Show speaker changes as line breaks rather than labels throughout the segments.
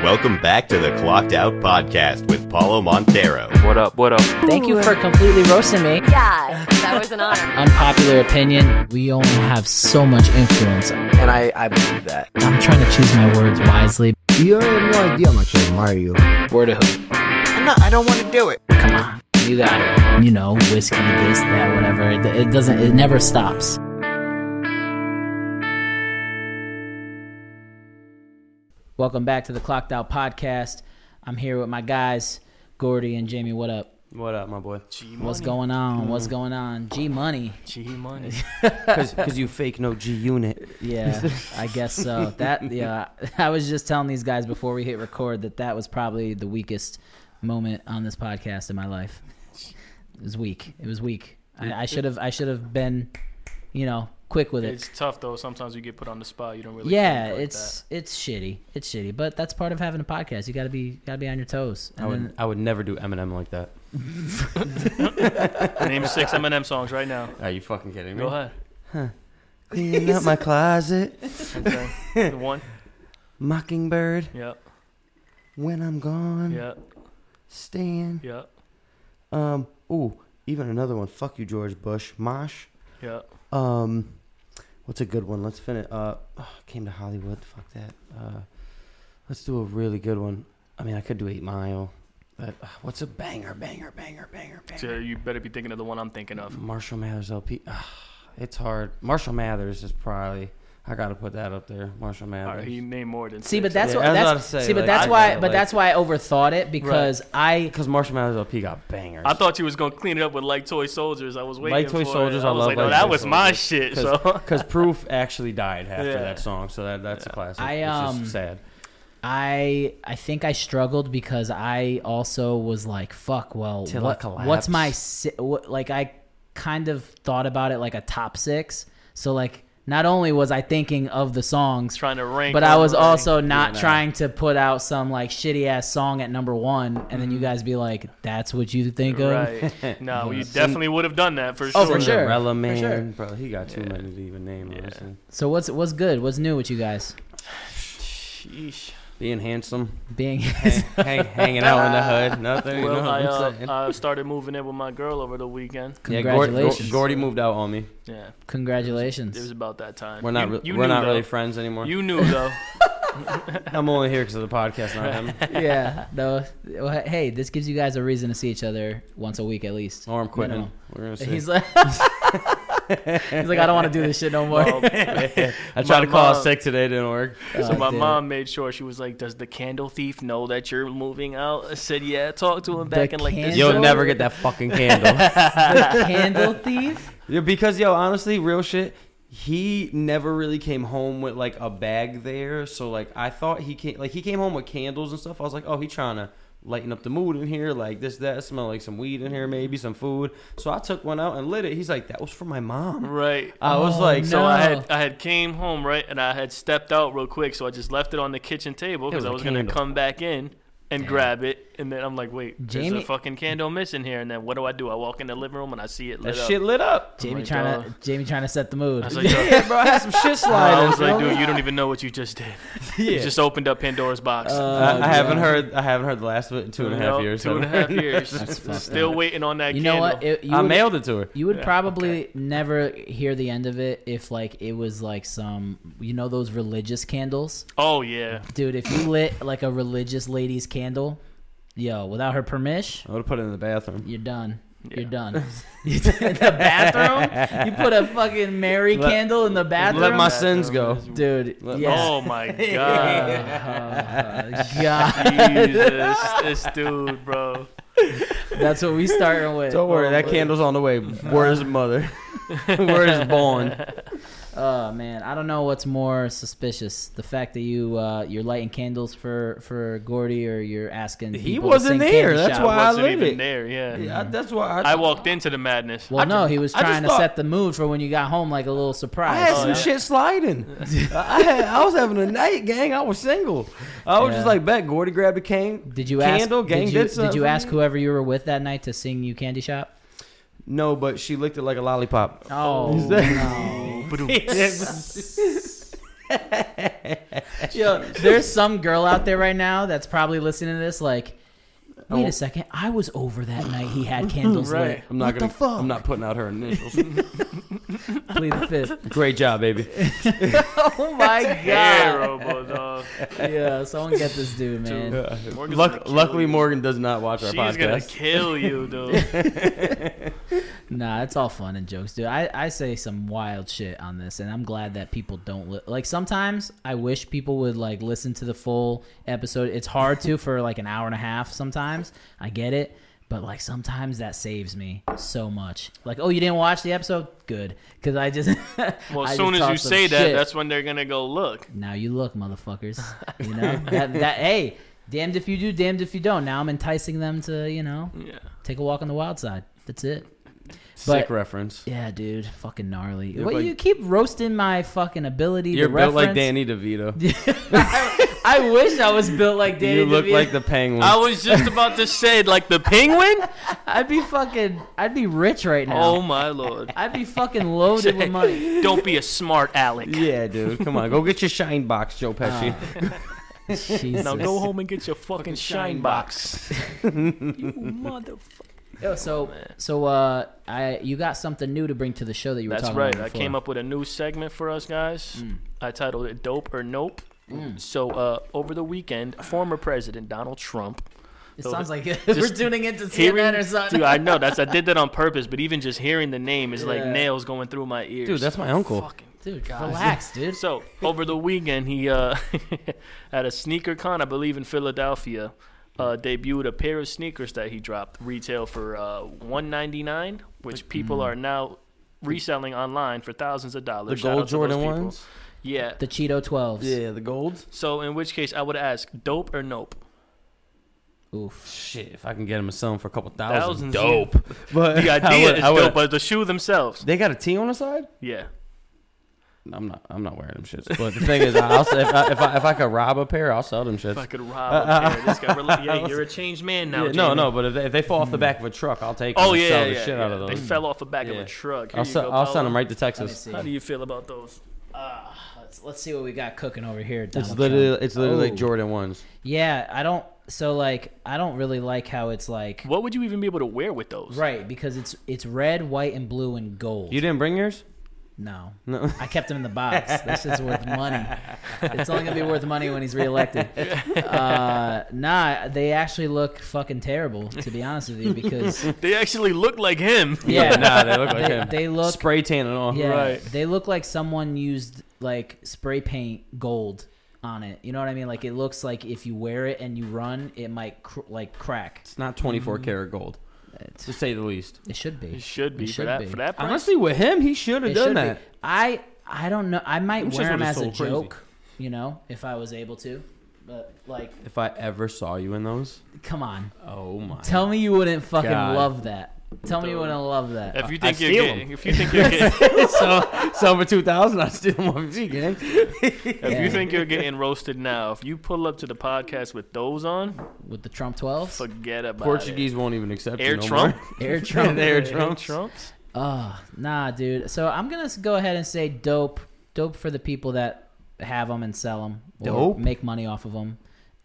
Welcome back to the Clocked Out Podcast with Paulo Montero.
What up? What up?
Thank you for completely roasting me.
Yeah, that was an honor.
Unpopular opinion. We only have so much influence.
And I, I believe that.
I'm trying to choose my words wisely.
You have no idea how much I admire you.
Word of who?
I'm not, I don't want to do it.
Come on. You got it. You know, whiskey, this, that, whatever. It, it doesn't, it never stops. Welcome back to the Clocked Out Podcast. I'm here with my guys, Gordy and Jamie. What up?
What up, my boy?
G
What's going on?
Mm.
What's going on? G Money.
G money. Because you fake no G unit.
Yeah, I guess so. That yeah, I was just telling these guys before we hit record that that was probably the weakest moment on this podcast in my life. It was weak. It was weak. I, I should have. I should have been, you know, quick with it.
It's tough though. Sometimes you get put on the spot. You don't really.
Yeah,
think like
it's it's shitty. It's shitty, but that's part of having a podcast. You gotta be gotta be on your toes.
I
And
would,
then,
I would never do Eminem like that.
that. name six Eminem songs right now.
Are you fucking kidding me?
Go ahead.
Cleaning up my closet,
Okay. The one.
Mockingbird,
Yep.
When I'm Gone,
Yep.
Stan.
Yep.
Um, ooh, even another one. Fuck you, George Bush. Mosh.
Yep.
Um, what's a good one? Let's finish. Uh, oh, came to Hollywood. Fuck that. Uh, let's do a really good one. I mean, I could do Eight Mile, but uh, what's a banger, banger, banger, banger,
So
banger?
you better be thinking of the one I'm thinking of.
Marshall Mathers LP. Uh, it's hard. Marshall Mathers is probably. I gotta put that up there. Marshall
All
Mathers.
right, he named more than
see,
six.
but that's
Yeah,
what
I was about
that's
to say,
see, but
like,
that's
I
why.
gotta,
But
like-
that's why I overthought it because I
Because Marshall Mathers LP got bangers.
I thought you was gonna clean it up with like toy soldiers. I was waiting.
Like Toy
for
Soldiers,
It.
I
was
love
like,
Like
no, that
Toy
was my
Soldiers.
shit.
Cause,
So
'cause Proof actually died after
Yeah.
that song, so that that's a classic.
I,
it's
um,
just sad.
I I think I struggled because I also was like, fuck. Well,
Till I
what,
collapse.
what's my si- what, like? I kind of thought about it like a top six. So like, not only was I thinking of the songs,
trying to rank.
but I was
everybody.
also not
nah.
trying to put out some like shitty ass song at number one, and then you guys be like, that's what you think of.
Mm-hmm. Right. No, you definitely would have done that for sure.
Oh, for sure.
Cinderella Man,
sure.
bro. He got too many to even name. Honestly.
So what's what's good? What's new with you guys?
Sheesh.
Being handsome,
Being
hang, hang, hanging out in the hood, nothing. you
Well,
know
I,
what I'm
uh,
saying?
I started moving in with my girl over the weekend.
yeah, Gord- Gord-
congratulations.
Gordy moved out on me.
Yeah,
congratulations.
it was about that time.
We're not
You-
re-
you
we're
knew,
not
though.
really friends anymore.
You knew though.
I'm only here because of the podcast, not him.
yeah. No. Well, hey, this gives you guys a reason to see each other once a week at least.
Or I'm quitting.
Minimum.
We're gonna see.
He's like, he's like, I don't want to do this shit no more.
I tried
my
to call
mom-
sick today, didn't work.
So my mom made sure she was like, "Does the candle thief know that you're moving out?" I said, "Yeah." Talk to him back
The
in like this.
candle-
You'll
so-
never get that fucking candle.
candle thief.
yeah, because yo, honestly, real shit. He never really came home with like a bag there, so like I thought he came like he came home with candles and stuff. I was like, oh, he trying to lighten up the mood in here, like this, that. Smell like some weed in here, maybe some food. So I took one out and lit it. He's like, that was for my mom.
Right.
I was
Oh,
like,
So
so
no.
I had I had came home right, and I had stepped out real quick, so I just left it on the kitchen table
was
because I
a
was gonna
candle.
come back in and grab it, and then I'm like, "Wait,
Jamie-
there's a fucking candle missing here." And then what do I do? I walk in the living room and I see it
that
lit up.
shit lit up.
Jamie
Oh my
trying to
God.
Jamie trying to set the mood.
I was like, yo-
Yeah, bro, I had some shit sliding.
I was like,
bro.
"Dude, you don't even know what you just did. You
Yeah.
just opened up Pandora's box."
I,
Oh,
I haven't
God.
heard. I haven't heard the last of it in two and a half
No,
years.
Two and a half years.
fucked
Uh,
Still waiting on that
You know
candle.
what? It- you
I
would-
mailed it to her.
You would probably never hear the end of it if like it was like some you know those religious candles.
oh yeah.
Dude, if you lit like a religious lady's candle, yo, without her permission,
I would have put it in the bathroom.
you're done.
Yeah.
You're done. You did in the bathroom? You put a fucking Mary
Let-
candle in the bathroom?
Let my sins go.
Dude,
Let-
yeah.
Oh my god.
Oh, God.
Jesus, this dude, bro.
That's what we starting with.
Don't worry, that candle's on the way. Where's mother? Where's born?
Oh man, I don't know what's more suspicious: the fact that you uh, you're lighting candles for for Gordy, or you're asking.
He
people to
wasn't
sing
there.
candy
That's
shop.
why I
Wasn't
lit
even
it.
there. Yeah.
Yeah, I- that's why I,
I walked into the madness.
Well,
I
no,
just-
he was
I just
trying to
thought-
set the mood for when you got home, like a little
I
surprise. Oh,
had
you
some
know?
shit sliding. I, had, I was having a night, gang. I was single. I was
Yeah.
just like, bet Gordy grabbed a can,
Did you ask?
candle. gang
did you,
something
did you
for
ask
me.
whoever you were with that night to sing you "Candy Shop"?
No, but she licked it like a lollipop.
Oh,
that-
no.
Ba-doom.
Yes.
Yo, there's some girl out there right now that's probably listening to this. Like, wait a
won't-
second, I was over that night. He had candles
Right.
I'm not
What
gonna.
the fuck?
I'm not putting out her initials.
lit. Plead the fifth.
Great job, baby.
oh my god.
Terrible, dog.
Yeah, someone get this dude, man.
Morgan's gonna
Luck,
kill
luckily,
you.
Morgan does not watch our
She's gonna
podcast.
kill you, dude.
Nah, it's all fun and jokes, dude. I, I say some wild shit on this, and I'm glad that people don't li- like. Sometimes I wish people would like listen to the full episode. It's hard to for like an hour and a half. Sometimes I get it, but like sometimes that saves me so much. Like, oh, you didn't watch the episode? Good, because I just
Well,
I
as soon as
just
you
talk some
say that,
shit.
that's when they're gonna go look.
now you look, motherfuckers. You know that that hey, damned if you do, damned if you don't. Now I'm enticing them to you know
Yeah.
take a walk on the wild side. That's it.
Sick
But-
reference.
Yeah, dude, fucking gnarly.
You're
What
like-
you keep roasting my fucking ability
You're
to
built
reference.
like Danny DeVito.
I wish I was built like Danny.
you look
DeVito.
like the penguin.
I was just about to say, like the penguin.
I'd be fucking. I'd be rich right now.
Oh my lord!
I'd be fucking loaded with money.
Don't be a smart Alec.
yeah, dude. Come on, go get your shine box, Joe Pesci.
Ah. Jesus.
Now go home and get your fucking shine box. you motherfucker.
Yo, so so uh, I you got something new to bring to the show that you were
That's
talking
right.
about.
I
before.
came up with a new segment for us guys. I titled it "Dope or Nope." So uh, over the weekend, former President Donald Trump.
It
So
sounds like we're
just
tuning into CNN
Hearing,
or something.
dude, I know that's I did that on purpose, but even just hearing the name is like
Yeah.
nails going through my ears.
Dude, that's my uncle.
Fucking
Dude, relax, dude.
So over the weekend, he uh, at a sneaker con, I believe in Philadelphia, uh, debuted a pair of sneakers that he dropped retail for uh, one ninety nine, which
mm.
people are now reselling online for thousands of
the
dollars. Shout
gold
out to those
Jordan
people.
ones.
Yeah.
The Cheeto twelves.
Yeah, the golds.
So in which case, I would ask, dope or nope?
Oof.
Shit, if I can get them a sell for a couple thousand,
Thousands.
dope.
yeah.
But
The
I
idea
would-
is
I would-
dope, but the shoe themselves.
They got a T on the side.
Yeah.
I'm not. I'm not wearing them shits. But the thing is, I'll, if, I, if I if I could rob a pair, I'll sell them shits.
If I could rob a pair, this guy. Really, yeah, you're a changed man now.
Uh, Yeah, no,
Jamie.
no. But if they, if they fall off the back of a truck, I'll take. 'em
Oh
and
yeah,
sell
yeah,
the shit
yeah.
out of them.
They fell off the back of
Yeah.
a truck. Here
I'll,
you go,
sell, I'll send
Paolo.
them right to
Let me
Texas.
see.
How do you feel about those?
Let's, let's see what we got cooking over here.
It's
Donald Trump.
literally it's literally
Oh.
like Jordan ones.
Yeah, I don't. So like, I don't really like how it's like.
What would you even be able to wear with those?
Right, because it's it's red, white, and blue and gold.
You didn't bring yours?
no,
No.
I kept him in the box. This shit's worth money. It's only gonna be worth money when he's reelected. Uh, nah, they actually look fucking terrible, to be honest with you. Because
They actually look like him.
yeah,
nah, they look like
They-
him.
they look-
spray tan and all.
yeah,
Right.
they look like someone used like spray paint gold on it. You know what I mean? Like it looks like if you wear it and you run, it might cr- like crack.
It's not
Mm-hmm.
24 karat gold, to say the least.
It should be.
It should be
It
for that for that price.
Honestly, with him, he should have
It
done
should be.
that.
I I don't know. I might
Them shits
wear them
would've
as a
sold crazy.
joke, you know, if I was able to. But like,
If I ever saw you in those,
come on,
oh my.
tell me you wouldn't fucking
God.
love that. Tell me you
Dude.
wouldn't love that.
if you
I
think you're
steal
getting, if you think you're getting,
so, so for 2000, I still want G gang.
if
Yeah.
you think you're getting roasted now, if you pull up to the podcast with those on,
With the Trump 12s,
forget about
Portuguese won't even accept
it. Air
you no
Trump,
more.
Air Trump.
Air
Air
Trump.
Trumps.
Oh, nah, dude. So I'm gonna s- go ahead and say dope, dope for the people that have them and sell them,
Dope?
make money off of them,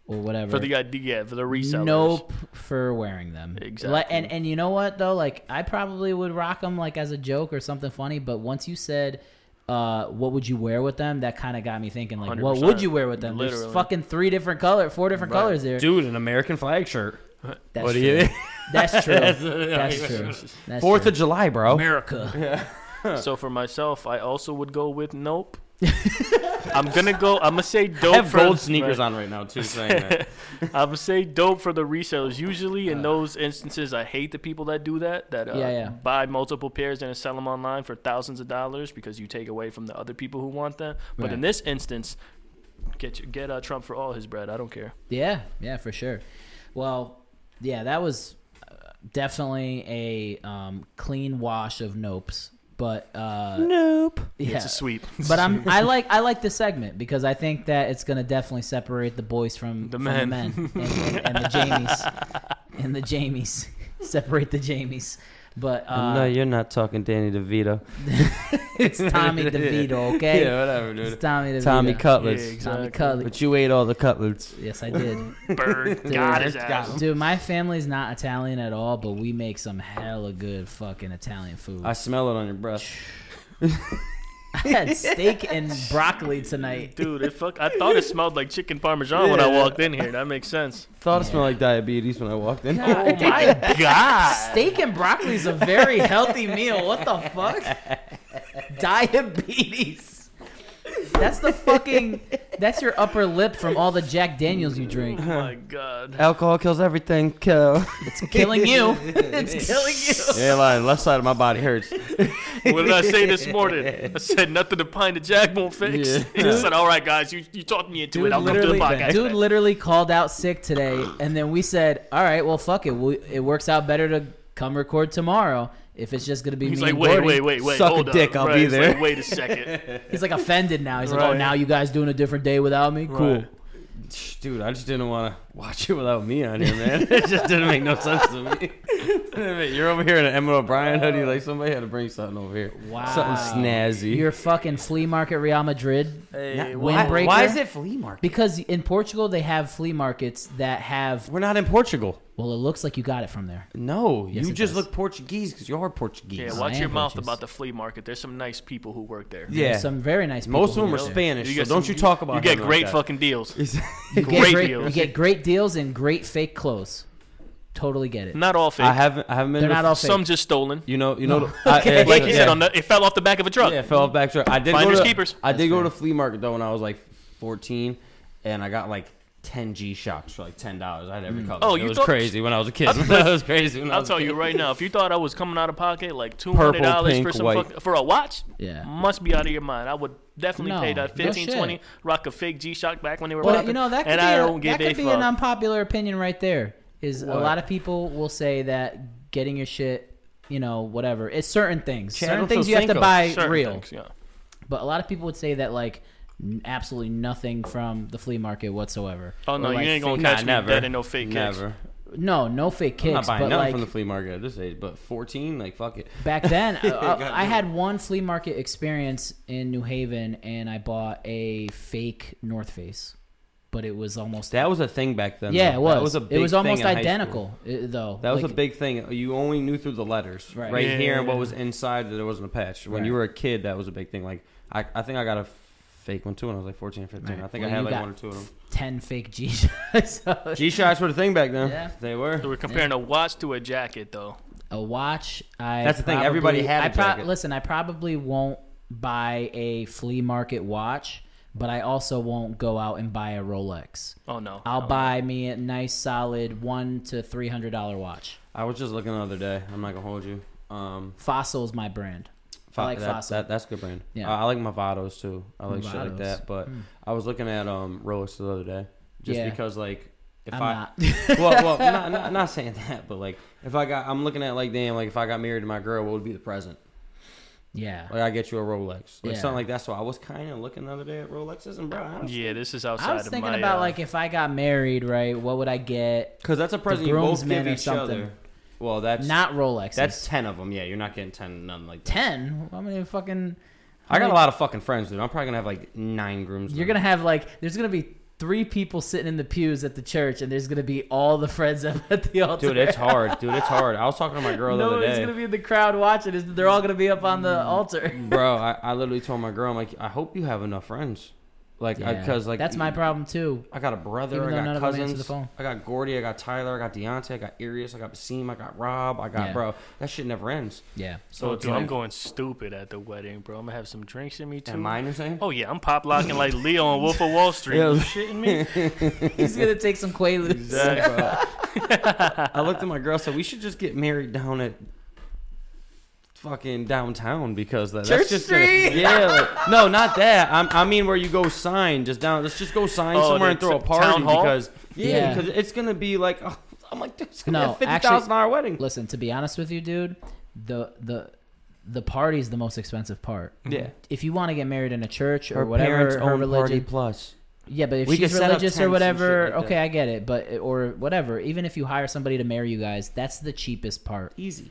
or whatever.
for the idea, yeah, for the resellers.
Nope for wearing them.
Exactly.
Like, and and you know what though? Like I probably would rock them like as a joke or something funny. But once you said, uh, "What would you wear with them?" That kind of got me thinking. Like, what
100%.
would you wear with them? There's
Literally.
fucking three different color, four different colors there.
Dude, an American flag shirt.
That's
what do
true.
you?
That's true. That's true. That's
Fourth
true.
of July, bro.
America.
So for myself, I also would go with nope. I'm gonna go. I'm gonna say dope.
I have
for,
gold sneakers
right.
on right now too. Saying that.
I would say dope for the resellers. Usually, in those instances, I hate the people that do that. That uh,
Uh. Yeah, yeah.
buy multiple pairs and then sell them online for thousands of dollars because you take away from the other people who want them. But in
Right.
this instance, get your- get uh, Trump for all his bread. I don't care.
Yeah, yeah, for sure. Well, yeah, that was uh, definitely a um, clean wash of nopes. But uh,
nope.
yeah.
It's a sweep.
But I'm I like I like this segment because I think that it's gonna definitely separate the boys from
The
from
men.
the men and, and, and the Jamies and the Jamies separate the Jamies. But uh,
no, you're not talking Danny DeVito.
it's Tommy DeVito, okay?
Yeah, whatever, dude.
It's Tommy DeVito.
Tommy
Yeah,
Cutlets.
exactly.
Tommy Cutlets.
But you ate all the cutlets.
Yes, I did.
Bird got his ass.
Dude, my family's not Italian at all, but we make some hella good fucking Italian food.
I smell it on your breath.
I had steak and broccoli tonight.
Dude, it fuck, I thought it smelled like chicken parmesan when I walked in here. That makes sense.
Thought it smelled like diabetes when I walked in.
God,
My God.
steak and broccoli is a very healthy meal. What the fuck? Diabetes. That's the fucking. That's your upper lip from all the Jack Daniels you drink.
Oh my God.
Alcohol kills everything. Kill.
It's killing you. It's killing you.
yeah, lying. Left side of my body hurts.
What did I say this morning? I said nothing to Pine the Jack won't fix.
Yeah.
I said, all right, guys, you, you talked me into it. I'll come to the
literally,
podcast.
dude literally called out sick today, and then we said, "All right, well, fuck it. We, it works out better to come record tomorrow if it's just gonna be
He's
me."
like,
and
wait,
Gordy."
wait, wait, wait.
Suck a
hold up.
dick, I'll
Right,
be
he's
there.
like, wait a second.
He's like offended now. He's like, "Oh,
Right.
now you guys doing a different day without me? Cool."
Right.
Shh, Dude, I just didn't want to watch it without me on here, man. it just didn't make no sense to me. You're over here in an Emmett O'Brien hoodie. Like, somebody had to bring something over here.
Wow.
Something snazzy.
Your fucking flea market, Real Madrid.
Hey,
why- windbreaker?
Why is it flea market?
Because in Portugal they have flea markets that have.
We're not in Portugal.
Well, it looks like you got it from there.
No,
Yes,
you
it
just
does.
look Portuguese because you are Portuguese.
Yeah,
I
watch
am
your mouth
conscious.
about the flea market. There's some nice people who work there.
Yeah.
There's some very nice. people
Most of
who
them are
live there.
Spanish,
get
so don't
some-
you talk about
You get
him
great
like that.
fucking deals.
You get
Great
great,
deals.
You get great deals and great fake clothes. Totally get it.
Not all fake.
I haven't. I haven't been.
They're
to-
not all fake.
some just stolen.
You know. You know.
No.
I-
Okay.
yeah,
Like you
yeah.
said, on the, it fell off the back of a truck.
Yeah, it fell off back truck. I did
Finders
go to,
keepers.
I did go to flea market though when I was like 14, and I got like 10 G shocks for like ten dollars. I had every color.
Oh,
it
you
was
thought-
crazy when I was a kid. that was crazy. When I
I'll
was
tell
a kid.
you right now, if you thought I was coming out of pocket like two
Purple,
hundred dollars for
pink,
some
white.
fuck, for a watch,
Yeah.
must be out of your mind. I would definitely
No,
pay that
no
15,
shit.
20, rock a fake G Shock back when they were
Well,
rocking,
you know that could
and
be,
I
a-
don't give
that
a
could be an
fuck.
unpopular opinion right there. Is a lot of people will say that getting your shit, you know, whatever. It's certain things.
Chad
certain things you have to
Ochocinco.
buy
Certain
real.
things, yeah.
But a lot of people would say that like n- absolutely nothing from the flea market whatsoever.
Oh no,
Or, like,
you ain't gonna
fake-
Nah,
catch me
never.
dead in no fake kicks.
Never.
No, no fake kicks.
I'm not buying
but
nothing
like
from the flea market at this age. But 14, like fuck it.
back then, I, I- I had one flea market experience in New Haven, and I bought a fake North Face, but it was almost
That was a thing back then.
yeah,
though.
it was.
That was a big
it was
thing
almost
in high school.
identical i- though.
That was
Like,
a big thing. You only knew through the letters,
Right.
right,
Yeah.
here, and what was inside that there wasn't a patch. When you
Right.
were a kid, that was a big thing. Like I, I think I got a fake one too when I was like 14 or 15.
Right.
I think
Well, you
I had like
got
one or two of them.
ten fake G shots.
G shots were the thing back then.
Yeah.
They were.
So we're comparing a watch to a jacket, though.
a watch. I
That's the thing,
probably-
everybody had a
I pro-
jacket.
listen, I probably won't buy a flea market watch, but I also won't go out and buy a Rolex.
Oh no,
I'll
No.
buy me a nice solid one to three hundred dollar watch.
I was just looking the other day. I'm not gonna hold you. Um,
Fossil's my brand. I like
that-
Fossil.
that- that's a good brand.
Yeah.
I, I like Movados too. I like shit
Movados.
like that. But I was looking at um Rolex the other day, just
Yeah.
because like if
I'm
I
not.
well, well, not, not not saying that, but like if I got, I'm looking at like damn, like if I got married to my girl, what would be the present?
yeah.
Like I get you a Rolex,
Yeah.
like something like that. So I was kind of looking the other day at Rolexes and bro, I don't
Yeah, this is
I
outside
was
of
thinking
my,
about
uh,
like if I got married, right? What would I get?
because that's a present you both
groomsmen
give
or
each
something.
other. Well, that's
Not Rolex.
that's ten of them. Yeah, you're not getting ten none like that.
ten. I'm gonna fucking.
I got a lot of fucking friends, dude. I'm probably gonna have like nine groomsmen.
You're gonna have like there's gonna be three people sitting in the pews at the church, and there's gonna be all the friends up at the altar.
dude. It's hard, dude. It's hard. I was talking to my girl the
no
other
one's
day. Mm.
gonna be in the crowd watching. Is they're all gonna be up on the altar?
Bro, I, I literally told my girl, I'm like, I hope you have enough friends, like, because Uh, like
that's my problem too.
I got a brother.
Even
I
though none
got
of them answer the
cousins.
phone.
I got Gordy. I got Tyler. I got Deontay. I got Arius. I got Basim. I got Rob. I got
Yeah.
bro. That shit never ends.
Yeah.
So
Oh,
it's
dude,
like,
I'm going stupid at the wedding, bro. I'm gonna have some drinks in me too.
And mine, you're saying?
Oh yeah, I'm pop locking like Leo on Wolf of Wall Street.
Yeah.
You shitting me?
He's gonna take some quaaludes.
bro. I looked at my girl. So we should just get married down at fucking downtown because that,
Church
that's just
Street?
Gonna, yeah. like- no, not that. I'm, I mean where you go sign just down. Let's just go sign
Oh,
somewhere
the
and throw a
t-
party
town hall?
because
Yeah.
yeah, because it's gonna be like. Oh, I'm like, dude, it's gonna
No,
be a fifty
actually-
thousand dollar wedding.
Listen, to be honest with you, dude, the the the party is the most expensive part.
Yeah.
If you want to get married in a church or whatever, or religion,
plus.
yeah, but if
We could
she's
set up
religious
tents and
or
shit
whatever,
like that.
okay, I get it. But or whatever, even if you hire somebody to marry you guys, that's the cheapest part.
Easy.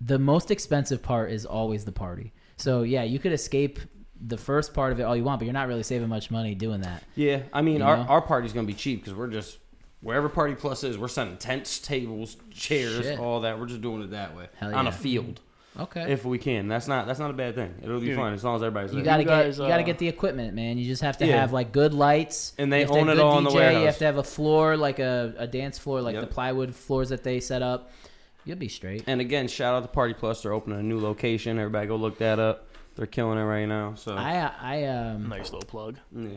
the most expensive part is always the party. So yeah, you could escape the first part of it all you want, but you're not really saving much money doing that.
Yeah, I mean, our,
know?
our party's gonna be cheap because we're just wherever Party Plus is, we're sending tents, tables, chairs,
Shit.
all that. We're just doing it that way
Hell
on a
yeah.
field
Okay.
if we can. That's not that's not a bad thing. It'll be
Dude,
fun as long as everybody's
you
there.
gotta
you guys,
get you gotta
uh,
get the equipment, man. You just have to
Yeah.
have like good lights,
And they
You have to
own
have
it
good
all in the
You
warehouse.
have to have a floor like a, a dance floor, like
Yep.
the plywood floors that they set up. You'll be straight.
and again, shout out to Party Plus. They're opening a new location. Everybody go look that up. They're killing it right now. So
I I um
Nice little plug.
yeah.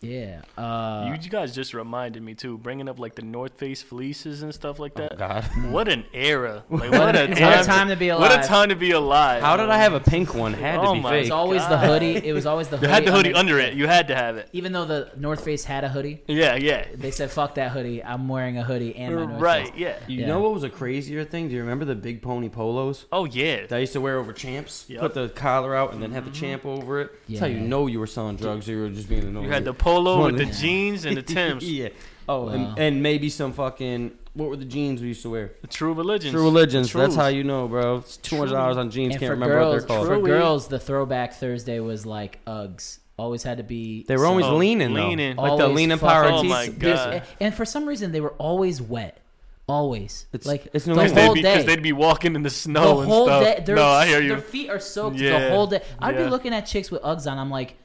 yeah uh
you you guys just reminded me too, bringing up like the North Face fleeces and stuff like that.
Oh, God.
What an era! Like,
What
what,
a-
a
what a
time,
time to be
What
alive.
a time to be alive!
How did I have a pink one? Had to
Oh
be
my
fake.
it's always the
God.
hoodie. It was always the
You
hoodie.
had the
on
hoodie under it. You had to have it.
Even though the North Face had a hoodie,
Yeah, yeah.
they said fuck that hoodie. I'm wearing a hoodie and my North Face.
Right, yeah.
You
Yeah.
know what was a crazier thing? Do you remember the big pony polos
Oh yeah.
that I used to wear over champs?
Yep.
Put the collar out and then
Mm-hmm.
have the champ over it. That's how you
Yeah.
know you were selling drugs. You were just being annoying.
You had the polo with the
Yeah.
jeans and the Tims.
yeah. Oh,
Wow.
and, and maybe some fucking what were the jeans we used to wear?
The true religions.
True religions.
The
That's how
truth.
you know, bro. It's two hundred dollars on jeans.
And
Can't
for
remember
girls,
what they're called.
for
Truly.
girls, the throwback Thursday was like Uggs. Always had to be.
They were always
Oh,
leaning, though.
leaning.
like the
Always
leaning
fucking-
power.
Oh
tees.
my
There's-
God.
and for some reason, they were always wet. Always.
It's-
like
it's no
the
wonder.
Because they'd,
whole
be, 'cause
day.
they'd be walking in the
The
snow Oh, and
whole
stuff.
day. Their,
no, I hear you.
Their feet are soaked the
Yeah.
whole day. I'd be
Yeah.
looking at chicks with Uggs on. I'm like,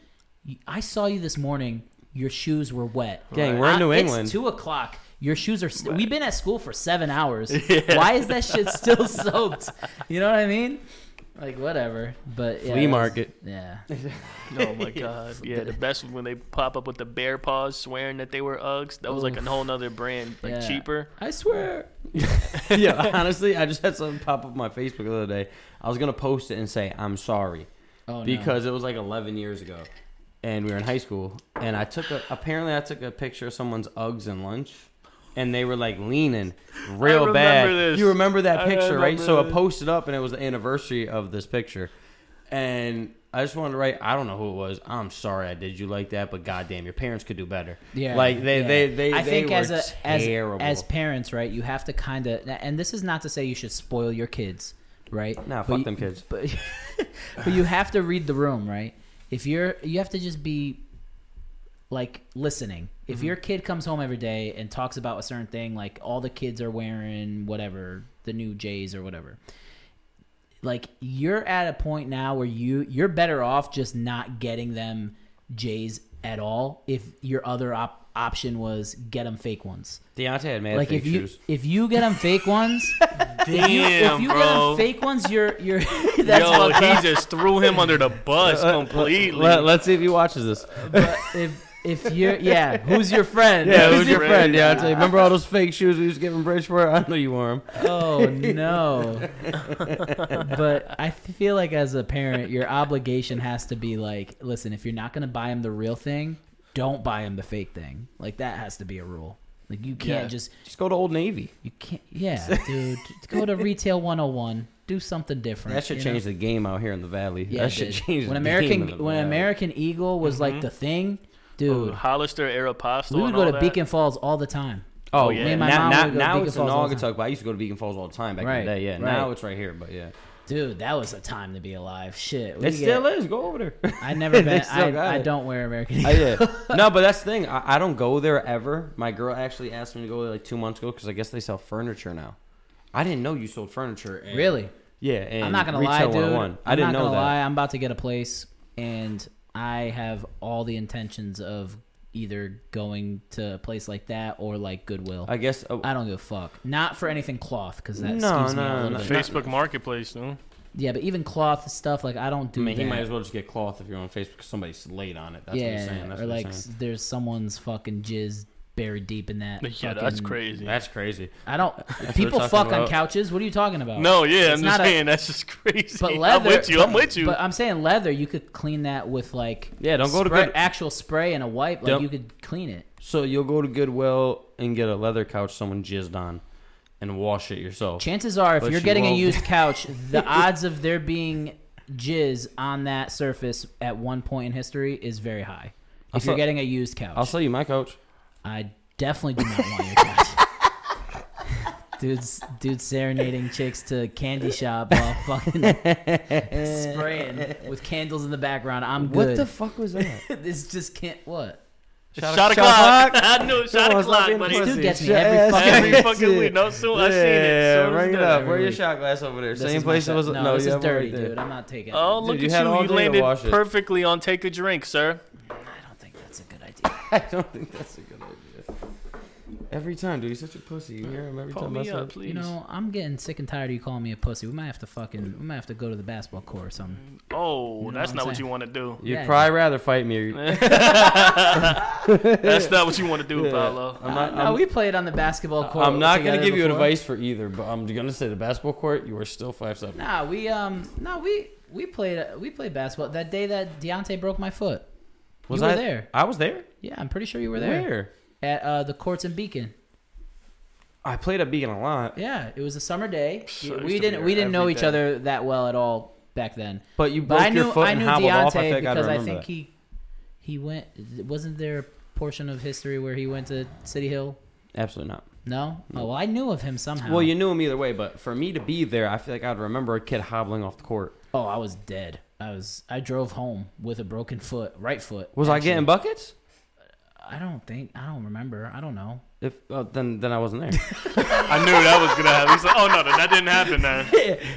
"Y- I saw you this morning. Your shoes were wet.
Gang, we're in
I-
New
it's
England.
two o'clock. Your shoes are. St- We've been at school for seven hours.
Yeah.
Why is that shit still soaked? You know what I mean? Like whatever. But yeah,
Flea
it was-
market.
Yeah.
Oh my god. Yeah, the best was when they pop up with the bear paws swearing that they were Uggs. That was like a whole nother brand, like
Yeah.
cheaper.
I swear.
yeah, honestly, I just had something pop up on my Facebook the other day. I was gonna post it and say I'm sorry
Oh, no.
because it was like 11 years ago, and we were in high school. And I took a apparently I took a picture of someone's Uggs and lunch, and they were like leaning real
remember
bad.
this.
You remember that
I
picture, right? So I
remember
posted up, and it was the anniversary of this picture, and. I just wanted to write. I don't know who it was. I'm sorry I did you like that, but goddamn, your parents could do better.
Yeah,
like they,
yeah.
they, they.
I
they
think
were
as a
terrible.
as as parents, right? You have to kind of, and this is not to say you should spoil your kids, right?
Nah,
But
fuck
you-
them kids.
But, but you have to read the room, right? If you're, you have to just be like listening. If
Mm-hmm.
your kid comes home every day and talks about a certain thing, like all the kids are wearing whatever the new J's or whatever, like you're at a point now where you you're better off just not getting them J's at all. If your other op- option was get them fake ones,
Deontay had mad
like
fake
if you
shoes.
if you get them fake ones, if you,
Damn,
if you get
bro.
them fake ones, you're you're that's
Yo,
fucked
he
up.
just threw him under the bus completely.
Let, us see if he watches this.
if if you're yeah, who's your friend?
Yeah,
who's
who's your
your
friend?
friend?
Yeah, I tell you. Remember all those fake shoes we used to get from Bridgeport? I know you wore them.
Oh no. but I feel like as a parent, your obligation has to be like, listen, if you're not going to buy him the real thing, don't buy him the fake thing. Like that has to be a rule. Like you can't
Yeah.
just
Just go to Old Navy.
you can't yeah, dude. Go to retail 101. Do something different.
That should
you know?
change the game out here in the valley.
Yeah,
that should
dude.
change.
When
the
American
game in the
when
valley.
American Eagle was
Mm-hmm.
like the thing,
Oh,
dude.
Hollister Aeropostale.
we would
and
go
all
to
that.
Beacon Falls all the time.
Oh
Me
yeah,
and
my mom
now, now,
would go to
now
Beacon
it's in
Falls all the
August, but I used to go to Beacon Falls all the time back in
Right,
the day. Yeah,
right.
now it's right here, but yeah,
Dude, that was a time to be alive. Shit. we
it still
get-
is. Go over there.
I never
They
been
still got
I, I
it.
don't wear American Eagle.
I, yeah. No, but that's the thing. I, I don't go there ever. My girl actually asked me to go there like two months ago because I guess they sell furniture now. I didn't know you sold furniture. and-
Really?
Yeah. And
I'm not gonna
Retail
lie, dude.
101. I
I'm
didn't
not
know
gonna
that.
lie. I'm about to get a place, and I have all the intentions of either going to a place like that or like Goodwill.
I
I,
guess. uh,
don't give a fuck. Not for anything cloth, because that
No,
skews me out
no,
a little
no.
bit.
Facebook Marketplace, no?
Yeah, but even cloth stuff, like I don't do
I mean,
that.
he might as well just get cloth if you're on Facebook because somebody's late on it. That's what he's
yeah,
saying. That's
or
what
like
he's
s-
saying.
there's someone's fucking jizz buried deep in that.
Yeah,
fucking-
that's crazy.
That's crazy.
I don't. people
talking
fuck on
about.
couches. What are you talking about?
No, yeah,
It's
I'm just
not a-
saying that's just crazy.
But leather.
I'm with you. I'm
but-
with you.
But I'm saying leather. You could clean that with like
Yeah, don't go to
spray-
good-
actual spray and a wipe. Like
Don't-
you could clean it.
So you'll go to Goodwill and get a leather couch someone jizzed on, and wash it yourself.
Chances are, if
But
you're
you
getting a
won't.
used couch, the odds of there being jizz on that surface at one point in history is very high. If
I'll
you're
sell-
getting a used couch,
I'll sell you my couch.
I definitely do not want your couch. dudes, dudes serenading chicks to candy shop while fucking spraying with candles in the background. I'm good.
What the fuck was that?
this just can't. What?
Shot,
shot
o'clock.
o'clock.
I knew it.
Come
Shot
on, stop
o'clock,
being
buddy.
a
This dude
pussy.
gets me
Shut
every
ass
fucking
up.
Every fucking week. No, soon I seen it. Soon
Yeah,
as
bring it
done.
up.
Every
Where your
week.
shot glass over there?
This is
Same
my
place it
shot-
was.
No,
No,
this
you
is
have one right
dirty,
there.
dude. I'm not taking it.
Oh,
I
look
Dude, you
at
had
you.
all
You
day to wash
landed
it.
perfectly on take a drink, sir.
don't think that's a good idea.
I don't think that's a good idea. Every time, dude, you're such a pussy. You hear him every
Call
time. I
me
say
up,
it.
please.
You know, I'm getting sick and tired of you calling me a pussy. We might have to fucking, we might have to go to the basketball court or something.
oh,
know
that's
what I'm
not what
saying.
you want to do.
You'd
Yeah,
probably rather fight me. or-
That's not what you want to do,
Yeah.
Paolo.
I'm
Uh,
not.
no,
I'm,
we played on the basketball court.
I'm not gonna
together
give you
before.
advice for either, but I'm gonna say the basketball court. You are still five seven.
Nah, we um, nah, we we played uh, we played basketball that day that Deontay broke my foot.
Was
you were
I
there?
I was there.
Yeah, I'm pretty sure you were there
Where?
at uh, the courts in Beacon.
I played at Beacon a lot,
Yeah, it was a summer day.
I used to
we
be
didn't
there
we didn't know
every
each
day.
other that well at all back then.
but you
But
broke
I knew
your foot
I
and
knew
hobbled
Deontay
off. I think I
because I,
remember
think
that.
he he went. Wasn't there a portion of history where he went to City Hill?
Absolutely not.
No. Oh well, I knew of him somehow.
Well, you knew him either way, but for me to be there, I feel like I'd remember a kid hobbling off the court.
Oh, I was dead. I was. I drove home with a broken foot, right foot.
Was I getting
actually.
buckets?
I don't think. I don't remember. I don't know.
If oh, then then I wasn't there.
I knew that was gonna happen. He's like, oh no, no, that didn't happen. Then.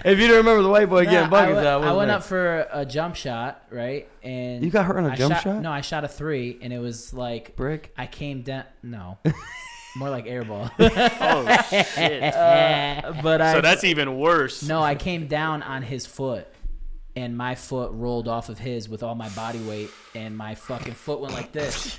if you don't remember the white boy
Nah,
getting buckets,
I,
I,
went- I
wasn't
went
there.
up for a jump shot, right? And
You got hurt on a
I
jump shot?
No, I shot a three, and it was like
brick.
I came down. No, more like airball.
Oh shit.
but I
So that's even worse.
no, I came down on his foot, and my foot rolled off of his with all my body weight, and my fucking foot went like this,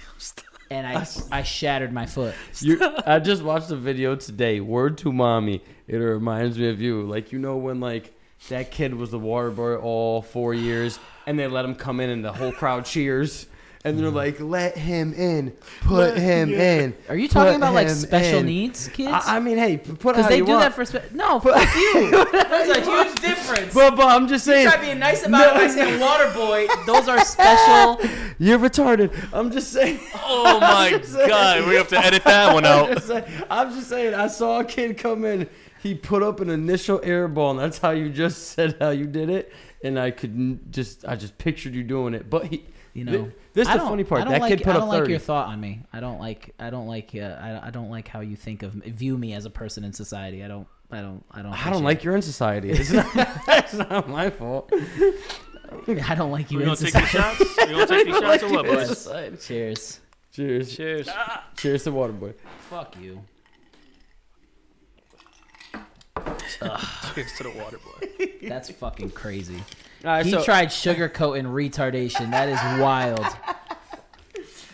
and I I shattered my foot.
You, I just watched a video today. Word to mommy. It reminds me of you. Like you know when like that kid was the water boy all four years, and they let him come in, and the whole crowd cheers, and they're like, "Let him in, put him in."
Are you talking
put
about like
him
special
in."
needs kids?
I, I mean, hey, p- put
Because
how
they
you
do
want.
that for spe- no. Fuck you. There's a huge difference.
But, but I'm just saying,
Try being nice about it by saying water boy. Those are special.
you're retarded. I'm just saying.
Oh my god, we have to edit that one
I'm,
out.
just saying I'm just saying. I saw a kid come in. He put up an initial air ball, and that's how you just said how you did it. And I could n- just, I just pictured you doing it. But he,
You
thi-
know,
this
I
is the
don't-
funny
I
part.
don't
That
like,
kid put
I don't
up
like
thirty.
your thought on me. I don't like. I don't like. Uh, I, I don't like how you think of view me as a person in society. I don't. I don't. I don't.
I don't like your in society. It's not, it's not my fault.
appreciate it. I don't like you
We
in
gonna take these
society.
shots? We gonna take these shots or what,
It's
boys?
society.
Cheers.
Cheers.
Cheers.
Cheers to Waterboy.
Fuck you.
Cheers to the water boy.
That's fucking crazy.
All right,
he
so
tried sugarcoating retardation. That is wild.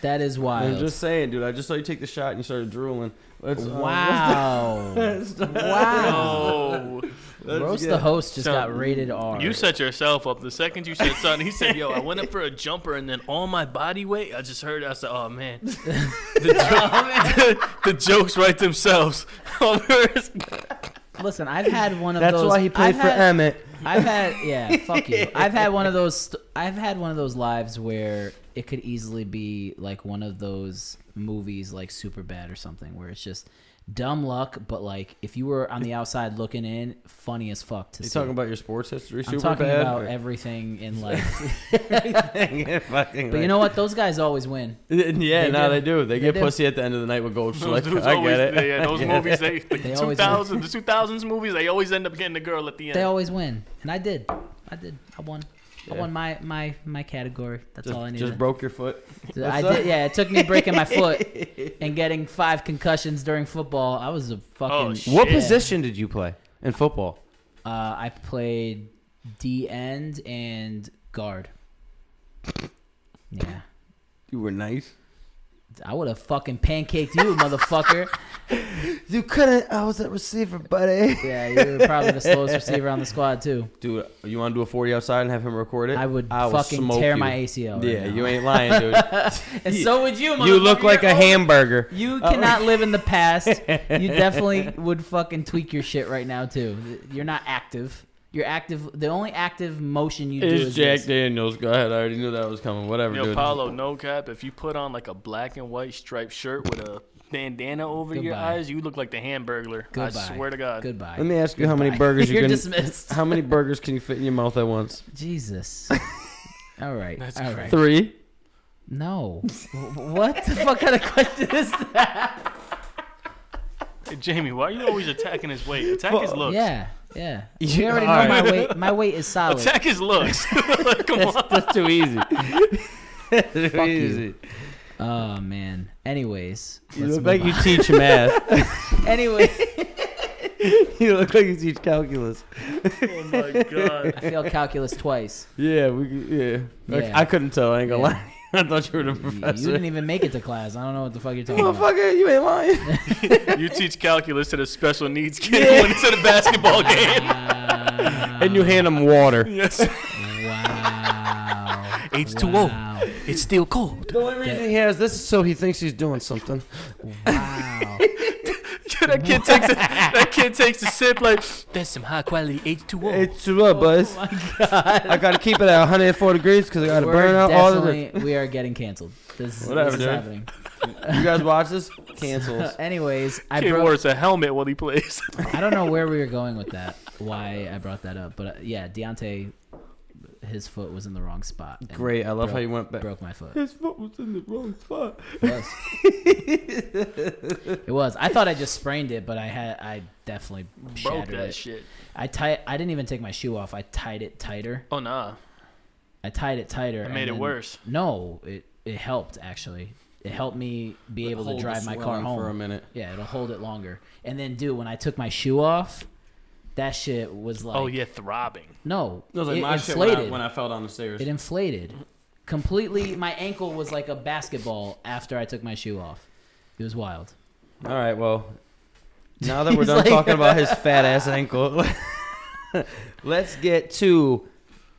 That is
I'm
wild.
just saying, dude. I just saw you take the shot and you started drooling. Let's, uh,
Wow. wow.
Oh,
let's
Roast
get-
the host just
So,
got rated R.
you set yourself up. The second you said something, he said, "Yo, I went up for a jumper, and then all my body weight." I just heard. I said, "Oh man, the,
Oh,
jo- the jokes write themselves."
Listen, I've had one of
That's
those.
why he played
I've
for
had,
Emmett.
I've had yeah, fuck you. I've had one of those. st- I've had one of those lives where it could easily be like one of those movies, like Super Bad or something, where it's just dumb luck. But like, if you were on the outside looking in, funny as fuck to
You
see.
talking about your sports history?
I'm
Super
talking
bad.
about everything in life.
but
but you know what? Those guys always win.
yeah,
They
no,
do.
they do. They,
They
get
do.
pussy at the end of the night with gold. Like,
Those dudes
I
always-
get it.
yeah, those
I get
movies,
it.
they, the
They always
2000, the 2000s movies, they always end up getting the girl at the end.
They always win, and I did. I did. I won. I won my my my category. That's all I
Just,
needed.
just broke your foot.
I
What's
did, yeah, it took me breaking my foot and getting five concussions during football. I was a fucking.
Oh, shit.
What
Yeah.
position did you play in football?
Uh, I played D end and guard. Yeah,
You were nice.
I would have fucking pancaked you, motherfucker.
You couldn't. I was a receiver, buddy.
Yeah, you were probably the slowest receiver on the squad too.
Dude, you want to do a forty outside and have him record it?
I would
will
fucking
smoke
tear
you.
my ACL. right
Yeah,
now.
you ain't lying, dude.
And so would you.
you look
motherfucker.
like
You're
a
old.
hamburger.
You cannot live in the past. You definitely would fucking tweak your shit right now too. You're not active. You're active. The only active motion you do
It's
is
Jack
this.
Daniels. Go ahead. I already knew that was coming. Whatever,
Yo,
dude.
Paulo, no cap. If you put on like a black and white striped shirt with a bandana over your
Goodbye.
eyes, you look like the Hamburglar.
Goodbye.
I swear to God.
Goodbye.
Let me ask you how many burgers you
You're
can.
dismissed.
How many burgers can you fit in your mouth at once?
Jesus. All right.
That's
All right.
Three.
No. W- what the fuck kind of question is that?
Hey, Jamie, why are you always attacking his weight? Attack his looks.
Yeah. Yeah.
You-
You already know
all
my
right.
weight. My weight is solid.
Attack his looks. Like, come on.
That's too easy. That's too
Fuck you.
easy.
Oh man. Anyways.
You
let's
look like
move
you teach math.
on. Anyway,
you look like you teach calculus.
Oh my God.
I failed calculus twice.
Yeah, we. could- Yeah. Like,
Yeah.
I couldn't tell. I ain't gonna
Yeah.
lie. I thought you were the
You
professor.
didn't even make it to class. I don't know what the fuck you're talking about.
Motherfucker, you ain't lying.
You teach calculus to the special needs kid when it's at a basketball game.
and you hand him water.
yes.
Wow.
H2O.
Wow.
It's still cold.
The only reason he has this is so he thinks he's doing something.
Wow.
that kid takes a that kid takes a sip like that's some high quality H2O.
It's too
Oh
up, boys. I gotta keep it at 104 degrees because I gotta
We're
burn out all of it.
definitely- we are getting canceled. This, is-
Whatever,
this is
dude.
happening.
You guys watch this? Cancels.
Anyways, I
kid
broke.
wears a helmet while he plays.
I don't know where we were going with that. Why I brought that up, but uh, yeah, Deontay, his foot was in the wrong spot. and
Great. I love
broke-
how you went back.
Broke my foot.
His foot was in the wrong spot.
It was. It was. I thought I just sprained it, but I had I definitely
Broke
shattered
that
it.
shit.
I tie. I didn't even take my shoe off. I tied it tighter.
Oh nah.
I tied it tighter. and
made it
then-
worse.
No, it it helped actually. It helped me be able
Hold
to
the
drive my car
swelling
home
for a minute.
Yeah, it'll hold it longer. And then, dude, when I took my shoe off, that shit was like,
oh yeah, throbbing.
no,
It was like
it
my shit when
inflated.
I, when I fell down the stairs.
It inflated completely. My ankle was like a basketball after I took my shoe off. It was wild.
All right, well, now that we're
He's
done
like-
talking about his fat ass ankle, let's get to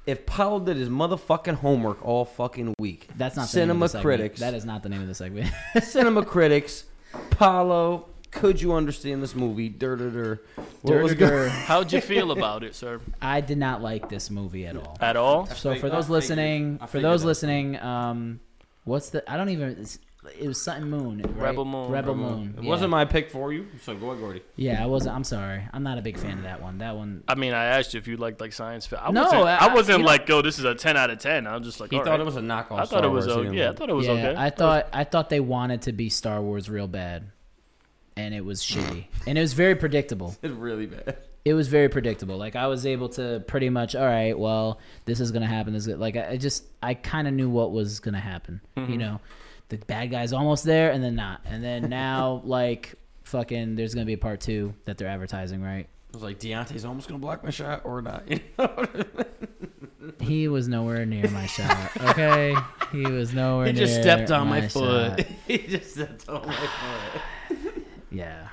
if Powell did his motherfucking homework all fucking week.
That's not the name
cinema
of the segment.
critics.
That is not the name of the segment.
cinema critics. Paulo, could you understand this movie? Dur dur dur. What was go-
Durder,
How'd you feel about it, sir?
I did not like this movie at all.
At all?
So for
figured- I
those
figured-
listening,
I
for
figured
those
that.
listening, um, what's the? I don't even. it's- It was something Moon. right?
Rebel Moon.
Rebel, Moon.
It
yeah.
wasn't my pick for you, so go ahead, Gordy.
Yeah, I wasn't. I'm sorry. I'm not a big fan of that one. That one.
I mean, I asked you if you liked like science fiction. I
No,
wasn't,
I-
I
I-
wasn't
you know-
like, "Yo, this is a ten out of 10. I was just like,
He
all
thought
right.
it was a knockoff.
I thought
Star
it was.
Wars, he
o-
didn't
yeah, I
like
thought it was
yeah,
okay.
I thought I thought they wanted to be Star Wars real bad, and it was shitty. And it was very predictable.
it really bad.
It was very predictable. Like I was able to pretty much, all right, well, this is gonna happen. This is like I I just I kind of knew what was gonna happen.
Mm-hmm.
You know, the bad guy's almost there, and then not, and then now like fucking, there's gonna be a part two that they're advertising, right?
I was like, Deontay's almost gonna block my shot or not. You know?
He was nowhere near my shot. Okay, he was nowhere.
He just
near
stepped on my,
shot.
foot. he just stepped on my foot.
Yeah.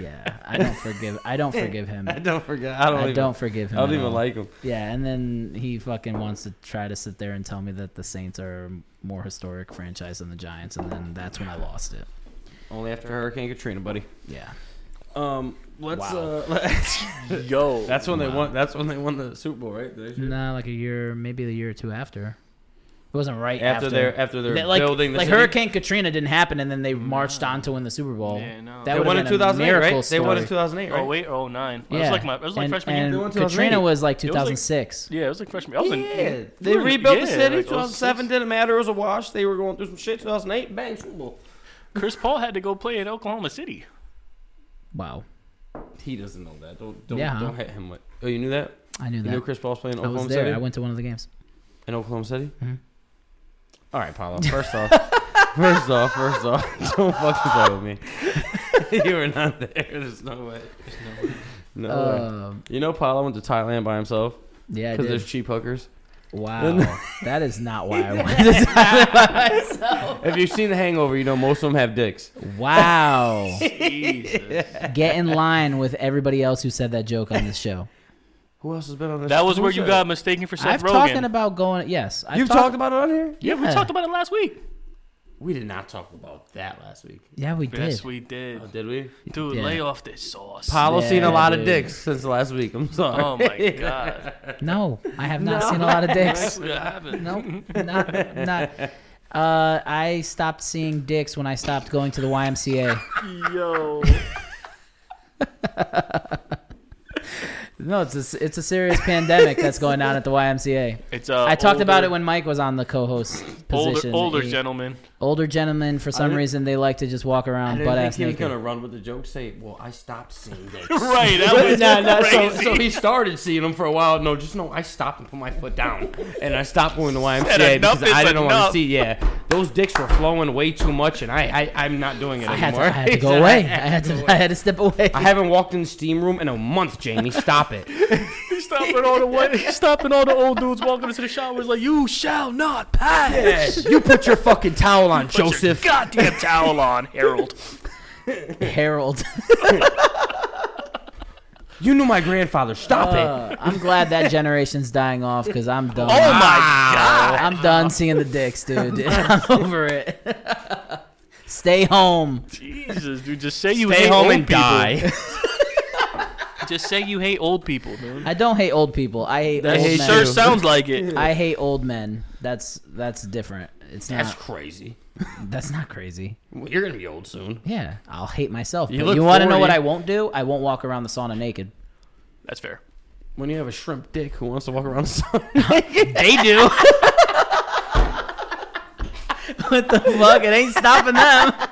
Yeah. I don't forgive I don't forgive him.
I
I
don't forget. I don't.
don't,
even,
forgive
I
him.
don't
at
even
all.
like him.
Yeah, and then he fucking wants to try to sit there and tell me that the Saints are a more historic franchise than the Giants and then that's when I lost it.
Only after Hurricane Katrina, buddy.
Yeah.
Um, let's.
Wow.
Uh,
Yo,
that's when they won. That's when they won the Super Bowl, right? They-
Nah, like a year maybe a year or two after. It wasn't right
After
after,
their after their
They- like,
building the
like
city.
Hurricane Katrina didn't happen, and then they marched on to win the Super Bowl.
Yeah, no.
That
They
would've
won in
been a
2008,
miracle
right? They won in
story.
2008, right?
Oh wait, oh nine. It
Yeah.
was like my, it was like
and,
freshman
and
year.
They won 2008.
Katrina was like
was like-
2006.
Yeah, it was like freshman. I was
Yeah,
in.
they
we were in-
rebuilt
yeah,
the city.
like oh,
2007
06.
didn't matter. It was a wash. They were going through some shit. 2008, bang, Super Bowl.
Chris Paul had to go play in Oklahoma City.
Wow,
He doesn't know that. Don't don't,
Yeah, huh?
don't hit him with. Oh, you knew that?
I knew
You knew
that.
Chris Paul's playing
I was
Oklahoma
there.
City.
I went to one of the games.
in Oklahoma City.
Mhm.
All right, Paolo. First off, first off, first off, don't fucking play with me. you were not there. There's no way. There's no way. No way.
Um,
You know, Paolo went to Thailand by himself
yeah, I
because
did.
there's cheap hookers.
Wow, that is not why I wanted to
If you've seen The Hangover, you know most of them have dicks.
Wow,
Jesus.
get in line with everybody else who said that joke on this show.
Who else has been on this?
That was
Who
where you
said
got
it?
mistaken for
I've
Seth
talking
Rogen.
about going. Yes, I've
You've talked about it on here.
yeah, we
Yeah.
talked about it last week.
We did not talk about that last week.
Yeah, we
Yes,
did.
we did.
Oh, did we?
Dude,
Yeah.
lay off this sauce.
Paolo's seen a
Yeah,
lot of
dude.
dicks since last week. I'm sorry.
Oh my god.
No, I have not seen a lot of dicks.
Actually, I haven't.
No, not not. Uh, I stopped seeing dicks when I stopped going to the YMCA.
Yo.
No, it's a, it's a serious pandemic that's going on at the YMCA.
It's uh,
I talked about
older-
it when Mike was on the co-host
older
position.
older
He-
gentlemen.
older gentlemen, for some
didn't-
reason, they like to just walk
I
around
didn't
butt
think
ass
he was
naked.
gonna run with the joke. Say, well, I stopped seeing dicks.
Right, that was
Nah, nah, so,
crazy.
so he started seeing them for a while. No, just no. I stopped and put my foot down, and I stopped going to YMCA
enough
because I
is
didn't want
enough.
to see. Yeah, those dicks were flowing way too much, and I, I I'm not doing it
I had, to,
anymore.
I had to go away. I had to, I had to step away.
I haven't walked in the steam room in a month, Jamie. Stop it.
He's stopping all the white, he's stopping all the old dudes walking into the showers like, "You shall not pass."
you put your fucking towel on,
Put your
Joseph.
goddamn towel on, Harold.
Harold.
You knew my grandfather. Stop it.
Uh, I'm glad that generation's dying off because I'm done.
Oh my god.
I'm done seeing the dicks, dude. I'm over it. Stay home.
Jesus, dude, just say you
Stay
hate
home
old
and
people.
die.
Just say you hate old people, dude.
I don't hate old people. I hate
That
old
hate
men.
sure
you.
sounds like it.
I hate old men. That's that's different. It's
That's
not.
crazy.
That's not crazy.
Well, you're gonna be old soon.
Yeah, I'll hate myself.
You
but
look
you want to know what
40.
I won't do? I won't walk around the sauna naked.
That's fair.
When you have a shrimp dick who wants to walk around the sun.
They do. what the fuck? It ain't stopping them.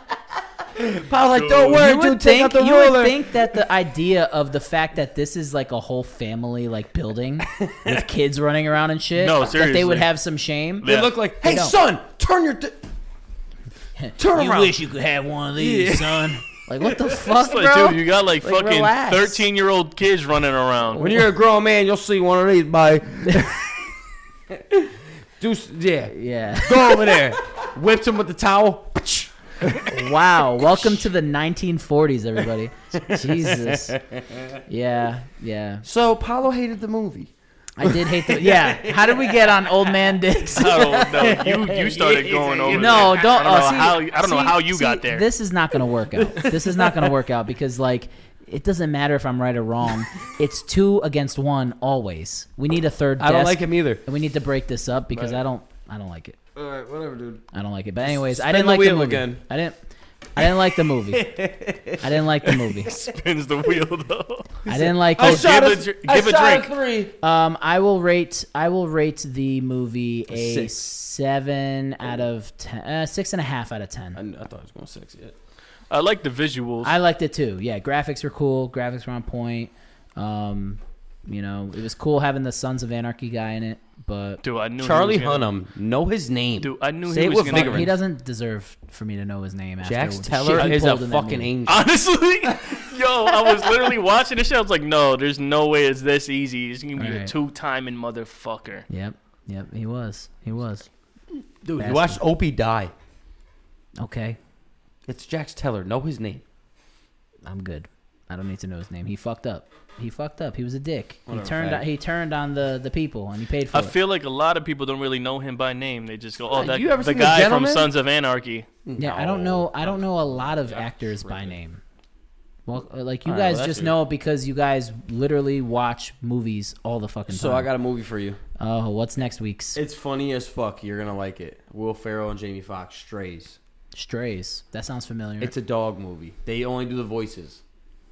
I was like, don't
you would think you would think that the idea of the fact that this is like a whole family like building with kids running around and shit,
No,
that they would
seriously.
have some shame.
They
Yeah.
look like, hey,
don't.
son, turn your. Di- turn
you
around.
wish you could have one of these, son. Like what the fuck,
It's like,
bro?
dude, you got like,
Like,
fucking
relax.
thirteen-year-old kids running around.
when you're a grown man, you'll see one of these, by. Do s- yeah.
yeah.
Go over there. Whipped him with the towel.
Wow. Welcome to the 1940s, everybody. Jesus. Yeah. Yeah.
So Paulo hated the movie.
I did hate the. Yeah. How did we get on old man dicks?
I don't know. You you started going over.
No,
there. I don't
don't.
know
oh, see-
how. you- I don't know
see-
how you
see,
got there.
This is not going to work out. This is not going to work out because like it doesn't matter if I'm right or wrong. It's two against one always. We need a third.
I don't
desk,
like him either.
And we need to break this up because I don't. I don't like it.
All right, whatever, dude.
I don't like it. But anyways, I
spin
didn't
the
like the
wheel
movie.
again.
I didn't. I didn't like the movie. I didn't like the movie.
spins the wheel though.
I didn't like
I
it.
shot
give
Oh, a,
a dr-
I
give a
shot
drink.
three.
Um, I will rate. I will rate the movie a
Six.
seven out of ten. Uh, six and a half out of ten.
I, kn- I thought I was going six. Yeah.
I like the visuals.
I liked it too. Yeah, graphics were cool. Graphics were on point. Um, you know, it was cool having the Sons of Anarchy guy in it, but
Dude, I knew he
Charlie
was gonna-
Hunnam. Know his name.
Dude, I knew
Say
he
it
was
with
gonna.
vigor.
he doesn't deserve for me to know his name. After
Jax
the shit
Teller
he
is a
pulled in that
fucking
movie.
angel.
Honestly, yo, I was literally watching this shit. I was like, no, there's no way it's this easy. He's gonna be a
Right.
two-timing motherfucker.
Yep, yep, he was, he was.
Dude,
Bastard.
you watched Opie die.
Okay,
It's Jax Teller. Know his name.
I'm good. I don't need to know his name. He fucked up. He fucked up. He was a dick.
Whatever,
he turned.
fag.
He turned on the the people, and he paid for
I
it.
feel like a lot of people don't really know him by name. They just go, "Oh,
Uh,
that
you ever
the
seen The
guy from
Gentleman?
Sons of Anarchy."
Yeah, I don't know. I don't know a lot of actors by name. Well, uh, like you
All right, well,
guys
that's
just
good.
know it because you guys literally watch movies all the fucking time.
So I got a movie for you.
Oh, what's next week's
It's funny as fuck. You're gonna like it. Will Ferrell and Jamie Foxx strays.
Strays? That sounds familiar.
It's a dog movie. They only do the voices.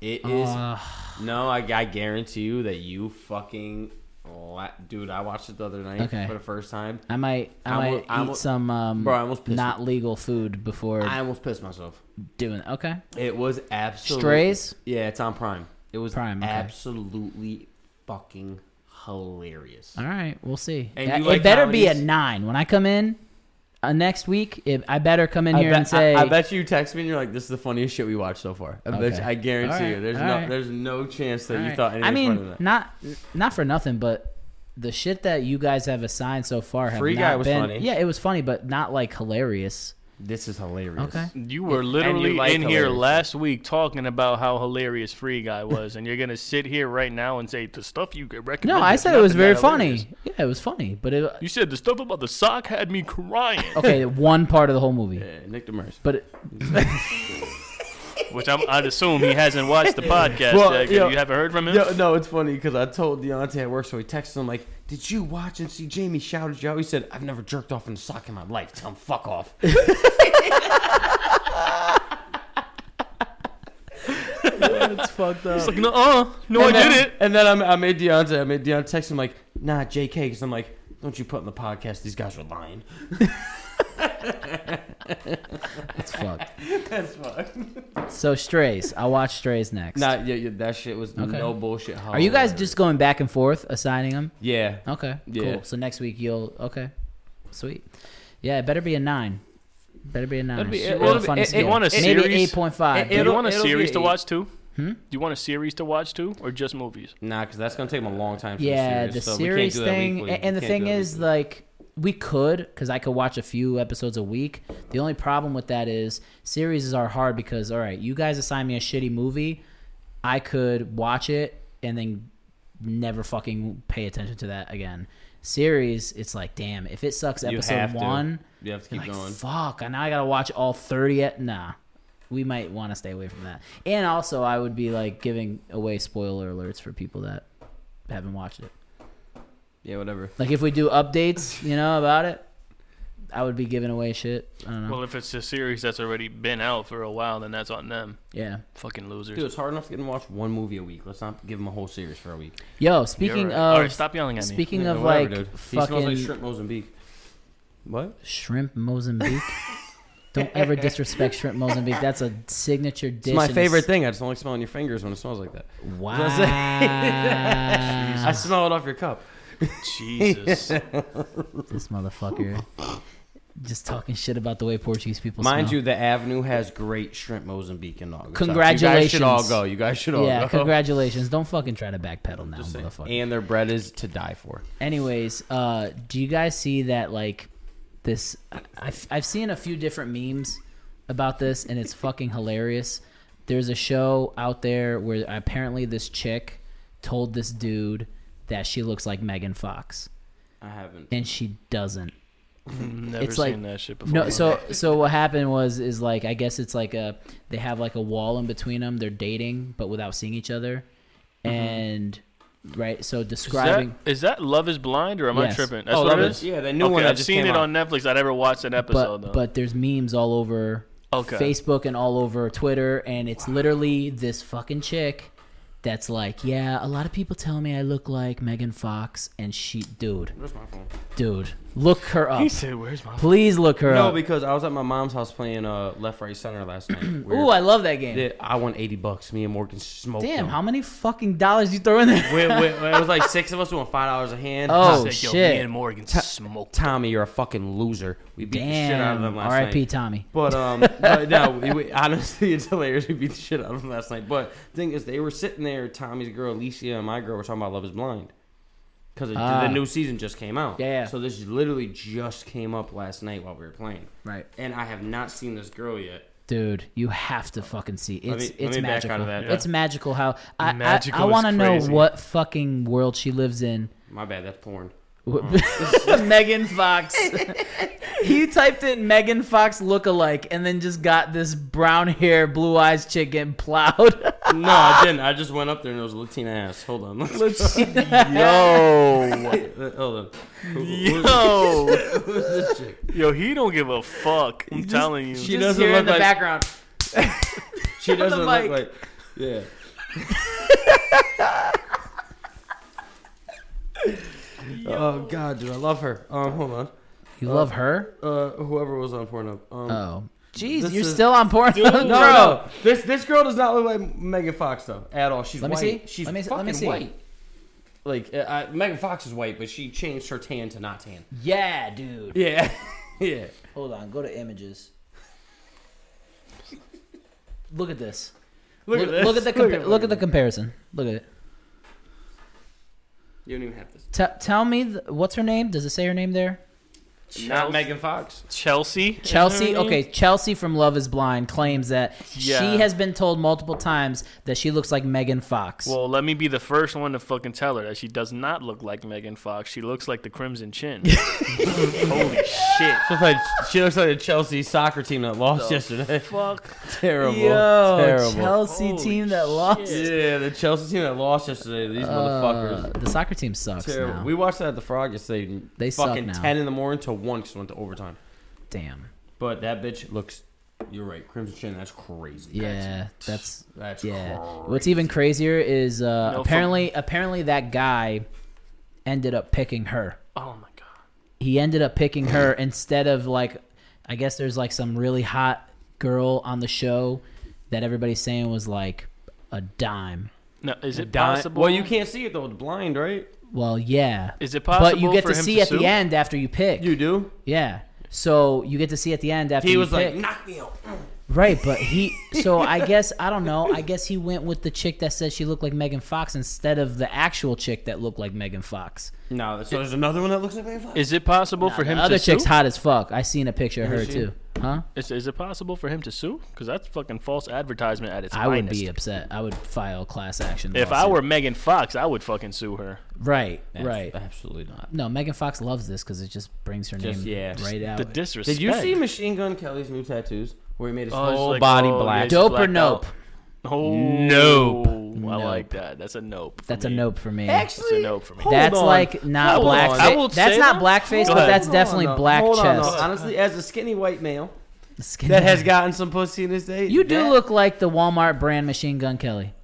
It is
Uh,
no. I, I guarantee you that you fucking la- dude. I watched it the other night
Okay.
for the first time.
I might. I,
I
might
almo-
eat
I almo-
some um,
Bro, I almost pissed
not legal food before
I almost pissed myself.
doing. Okay,
It was absolutely
Strays?
Yeah, it's on Prime. It was
Prime, okay.
absolutely fucking hilarious.
all right. We'll see.
And
That-
you
it
like
better be at
comedies?
nine when I come in uh, next week. It, I better come in
I
here
bet-
and say.
I, I bet you text me and you're like, "This is the funniest shit we watched so far." I, bet
Okay.
you- I guarantee
All right,
you, there's
all
no,
right.
there's no chance that you
Alright.
thought anything
I
funny
mean,
of that.
not not for nothing, but the shit that you guys have assigned so far have
Free
not
Guy was
been,
funny.
Yeah, it was funny, but not like hilarious.
This is hilarious.
Okay.
You were literally
like
in here
hilarious.
last week talking about how hilarious Free Guy was, and you're gonna sit here right now and say the stuff you could recommend.
No, I
is
said it was
nothing
very
that
funny.
hilarious."
Yeah, it was funny, but it
You said the stuff about the sock had me crying,
okay, one part of the whole movie.
Yeah, Nick DeMers.
But it,
which I'm, I'd assume he hasn't watched the podcast.
Well,
yet, 'cause
yo-
you haven't heard from him.
Yo, no, it's funny because I told Deontay at work, so he texted him like, Did you watch and see Jamie shouted you out? He said, I've never jerked off in a sock in my life. Tell him fuck off.
It's fucked up.
It's like, no, uh, no, I
and then,
did it.
And then I'm, I made Deontay. I made Deontay text him like, nah, JK, because I'm like, don't you put in the podcast. These guys are lying.
It's fucked.
That's fucked.
So strays. I'll watch strays next.
Nah, yeah, yeah, that shit was no bullshit.
Are you guys
hilarious.
just going back and forth assigning them?
Yeah.
Okay.
Yeah.
Cool. So next week you'll okay. Sweet. Yeah, it better be a nine. Better be a nine.
That'd be-
Sure,
it-
we'll
it'll
find
be-
us
it- it-
again.
want a
Maybe
series.
eight point five.
It-
Do you
it'll-
want a
it'll be
series to
eight. Hmm?
watch too? Do you want a series to watch too, or just movies?
Nah, because that's gonna take them a long time. For
yeah,
the series, so we can't
series
do that
thing.
weekly.
a- And the
We can't
thing
do that
is,
weekly.
like, we could because I could watch a few episodes a week. The only problem with that is series are hard because all right, you guys assign me a shitty movie, I could watch it and then never fucking pay attention to that again. Series, it's like, damn, if it sucks
You
episode
have to.
one,
you have to
I'm
keep
like,
going.
Fuck, and now I gotta watch all thirty. Yet, nah, we might want to stay away from that. And also, I would be like giving away spoiler alerts for people that haven't watched it.
Yeah, whatever.
Like if we do updates, you know, about it, I would be giving away shit. I don't know.
Well, if it's a series that's already been out for a while, then that's on them.
yeah.
Fucking losers.
Dude, it's hard enough to get them to watch one movie a week. Let's not give them a whole series for a week.
Yo,
You're
speaking
right.
of
all right, stop yelling at me.
speaking
Yeah,
of
whatever,
like
dude. he
fucking
smells like
shrimp.
shrimp Mozambique. What?
Mozambique. don't ever disrespect shrimp Mozambique. That's a signature dish.
It's my
and it's-
favorite thing. I just don't like smelling your fingers when it smells like that.
Wow.
I smell it off your cup.
Jesus.
this motherfucker. Just talking shit about the way Portuguese people
Mind
smell.
you, the Avenue has great shrimp Mozambique in August. You guys
Congratulations.
should all go. You guys should all
yeah,
go.
congratulations. Don't fucking try to backpedal now,
Just saying.
motherfucker.
And their bread is to die for.
Anyways, uh, do you guys see that like this? I've, I've seen a few different memes about this, and it's fucking hilarious. There's a show out there where apparently this chick told this dude that she looks like Megan Fox,
I haven't.
and she doesn't.
Never
It's
seen
like-
that shit before.
No, so so what happened was is like I guess it's like a they have like a wall in between them. They're dating but without seeing each other, and right.
Mm-hmm.
So
Is that,
describing
is that Love Is Blind or am I
Yes.
tripping? That's
Oh,
what
Love
it
Is-
is.
yeah, that new
okay,
one that
I've
just
seen
came
it
out.
on Netflix. I never watched an episode
but
though.
but there's memes all over
Okay.
Facebook and all over Twitter, and it's literally this fucking chick that's like, yeah, a lot of people tell me I look like Megan Fox, and she, dude,
Where's my phone?
dude, look her up.
said, "Where's my?"
Please look her
No,
up.
because I was at my mom's house playing uh, left, right, center last night. We were-
Ooh, I love that game.
Yeah, I won eighty bucks. Me and Morgan smoked.
Damn,
them.
how many fucking dollars you throw in there?
We- we- it was like six of us. We won five dollars a hand.
Oh
Said, Yo, me
shit!
and Morgan smoked.
Tommy, you're a fucking loser. We beat the shit out of
Damn.
them last
R.I.P.
night.
Tommy.
But um, but no, we, we, honestly, it's hilarious. We beat the shit out of them last night. But thing is, they were sitting there. Tommy's girl, Alicia, and my girl were talking about Love Is Blind because
Ah.
the new season just came out.
Yeah, yeah.
So this literally just came up last night while we were playing,
Right,
and I have not seen this girl yet.
dude, you have to fucking see. It's
me- let
it's
me back
magical.
out of that.
It's magical how I
Magical
I, I
is
want to know
crazy.
what fucking world she lives in.
My bad. That's porn.
Megan Fox. he typed in Megan Fox lookalike and then just got this brown hair, blue eyes chick getting plowed.
No, I didn't. I just went up there and it was a Latina ass. Hold on. Let's,
Let's see.
Yo,
uh, hold on. Who- who-
yo,
who's this chick?
yo, he don't give a fuck. I'm telling you.
she-
Just
doesn't
here
look
in the
like-
background.
She doesn't look
mic.
like. Yeah. oh God, dude, I love her. Um, hold on.
You love her?
Uh, whoever was on Pornhub. Um,
Oh. Jeez,
This
you're
is-
still on porn.
no, no, this this girl does not look like Megan Fox though at all. She's
Let me
white.
see.
She's
Let me- let
fucking
me see.
white. Like uh, I, Megan Fox is white, but she changed her tan to not tan.
Yeah, dude.
Yeah, yeah.
Hold on, go to images. Look at this.
Look, at this.
Look at the compa- look, at the
this.
comparison. Look at it.
You don't even have this.
T- tell me th- what's her name? Does it say her name there?
Not Megan Fox.
Chelsea. is
Chelsea,
her name?
okay, Chelsea from Love is Blind claims that
Yeah.
she has been told multiple times that she looks like Megan Fox.
Well, let me be the first one to fucking tell her that she does not look like Megan Fox. She looks like the Crimson Chin. Holy shit.
She looks like, she looks like a Chelsea soccer team that lost yesterday.
Fuck.
Terrible.
Yo,
Terrible.
Chelsea
Holy
team that
shit.
lost.
Yeah, the Chelsea team that lost yesterday. These
Uh,
motherfuckers.
the soccer team sucks
Terrible.
now.
We watched that at the Frog yesterday.
They suck
fucking
now.
ten in the morning to one because went to overtime.
Damn.
But that bitch looks. You're right, Crimson Chin. That's crazy.
Yeah, that's
That's
yeah.
crazy.
What's even crazier is uh,
No,
apparently apparently that guy ended up picking her.
Oh my god.
he ended up picking her instead of like I guess there's like some really hot girl on the show that everybody's saying was like a dime.
No, is it
Di-
possible?
Well, you can't see it though. It's blind, right?
Well, yeah.
Is it
But you
possible
get
for
to
him
see
to
at
sue?
the end after you pick.
You do.
Yeah. So you get to see at the end after
He
you
was like,
pick.
knock me out.
Mm.
right, but he. So I guess I don't know. I guess he went with the chick that said she looked like Megan Fox instead of the actual chick that looked like Megan Fox.
No, so there's another one that looks like Megan Fox.
Is it possible for him
the
to
other
sue?
chick's hot as fuck. I seen a picture of her
she?
too. Huh?
Is, is it possible for him to sue? Because that's fucking false advertisement at its
I would
finest.
be upset. I would file class action.
if I
lawsuit.
were Megan Fox, I would fucking sue her.
Right, right.
Absolutely not.
No, Megan Fox loves this because it just brings her
Just-
name
yeah.
right
Just
out.
The disrespect.
Did you see Machine Gun Kelly's new tattoos where he made his
Oh, it's
whole
like,
body
oh,
black?
yeah,
Dope or
blacked
nope?
Oh,
Nope.
I like
Nope.
that. That's a nope. for
That's a
me.
nope for me.
That's a nope for me.
hold
that's
on.
like not
Hold
black.
on.
I will
That's
say
not
that.
blackface,
Go
but
ahead.
that's
Hold on,
definitely
though.
black
Hold on, though.
chest.
Honestly, as a skinny white male
Skinny.
that has gotten some pussy in his day,
You do
that-
look like the Walmart brand Machine Gun Kelly.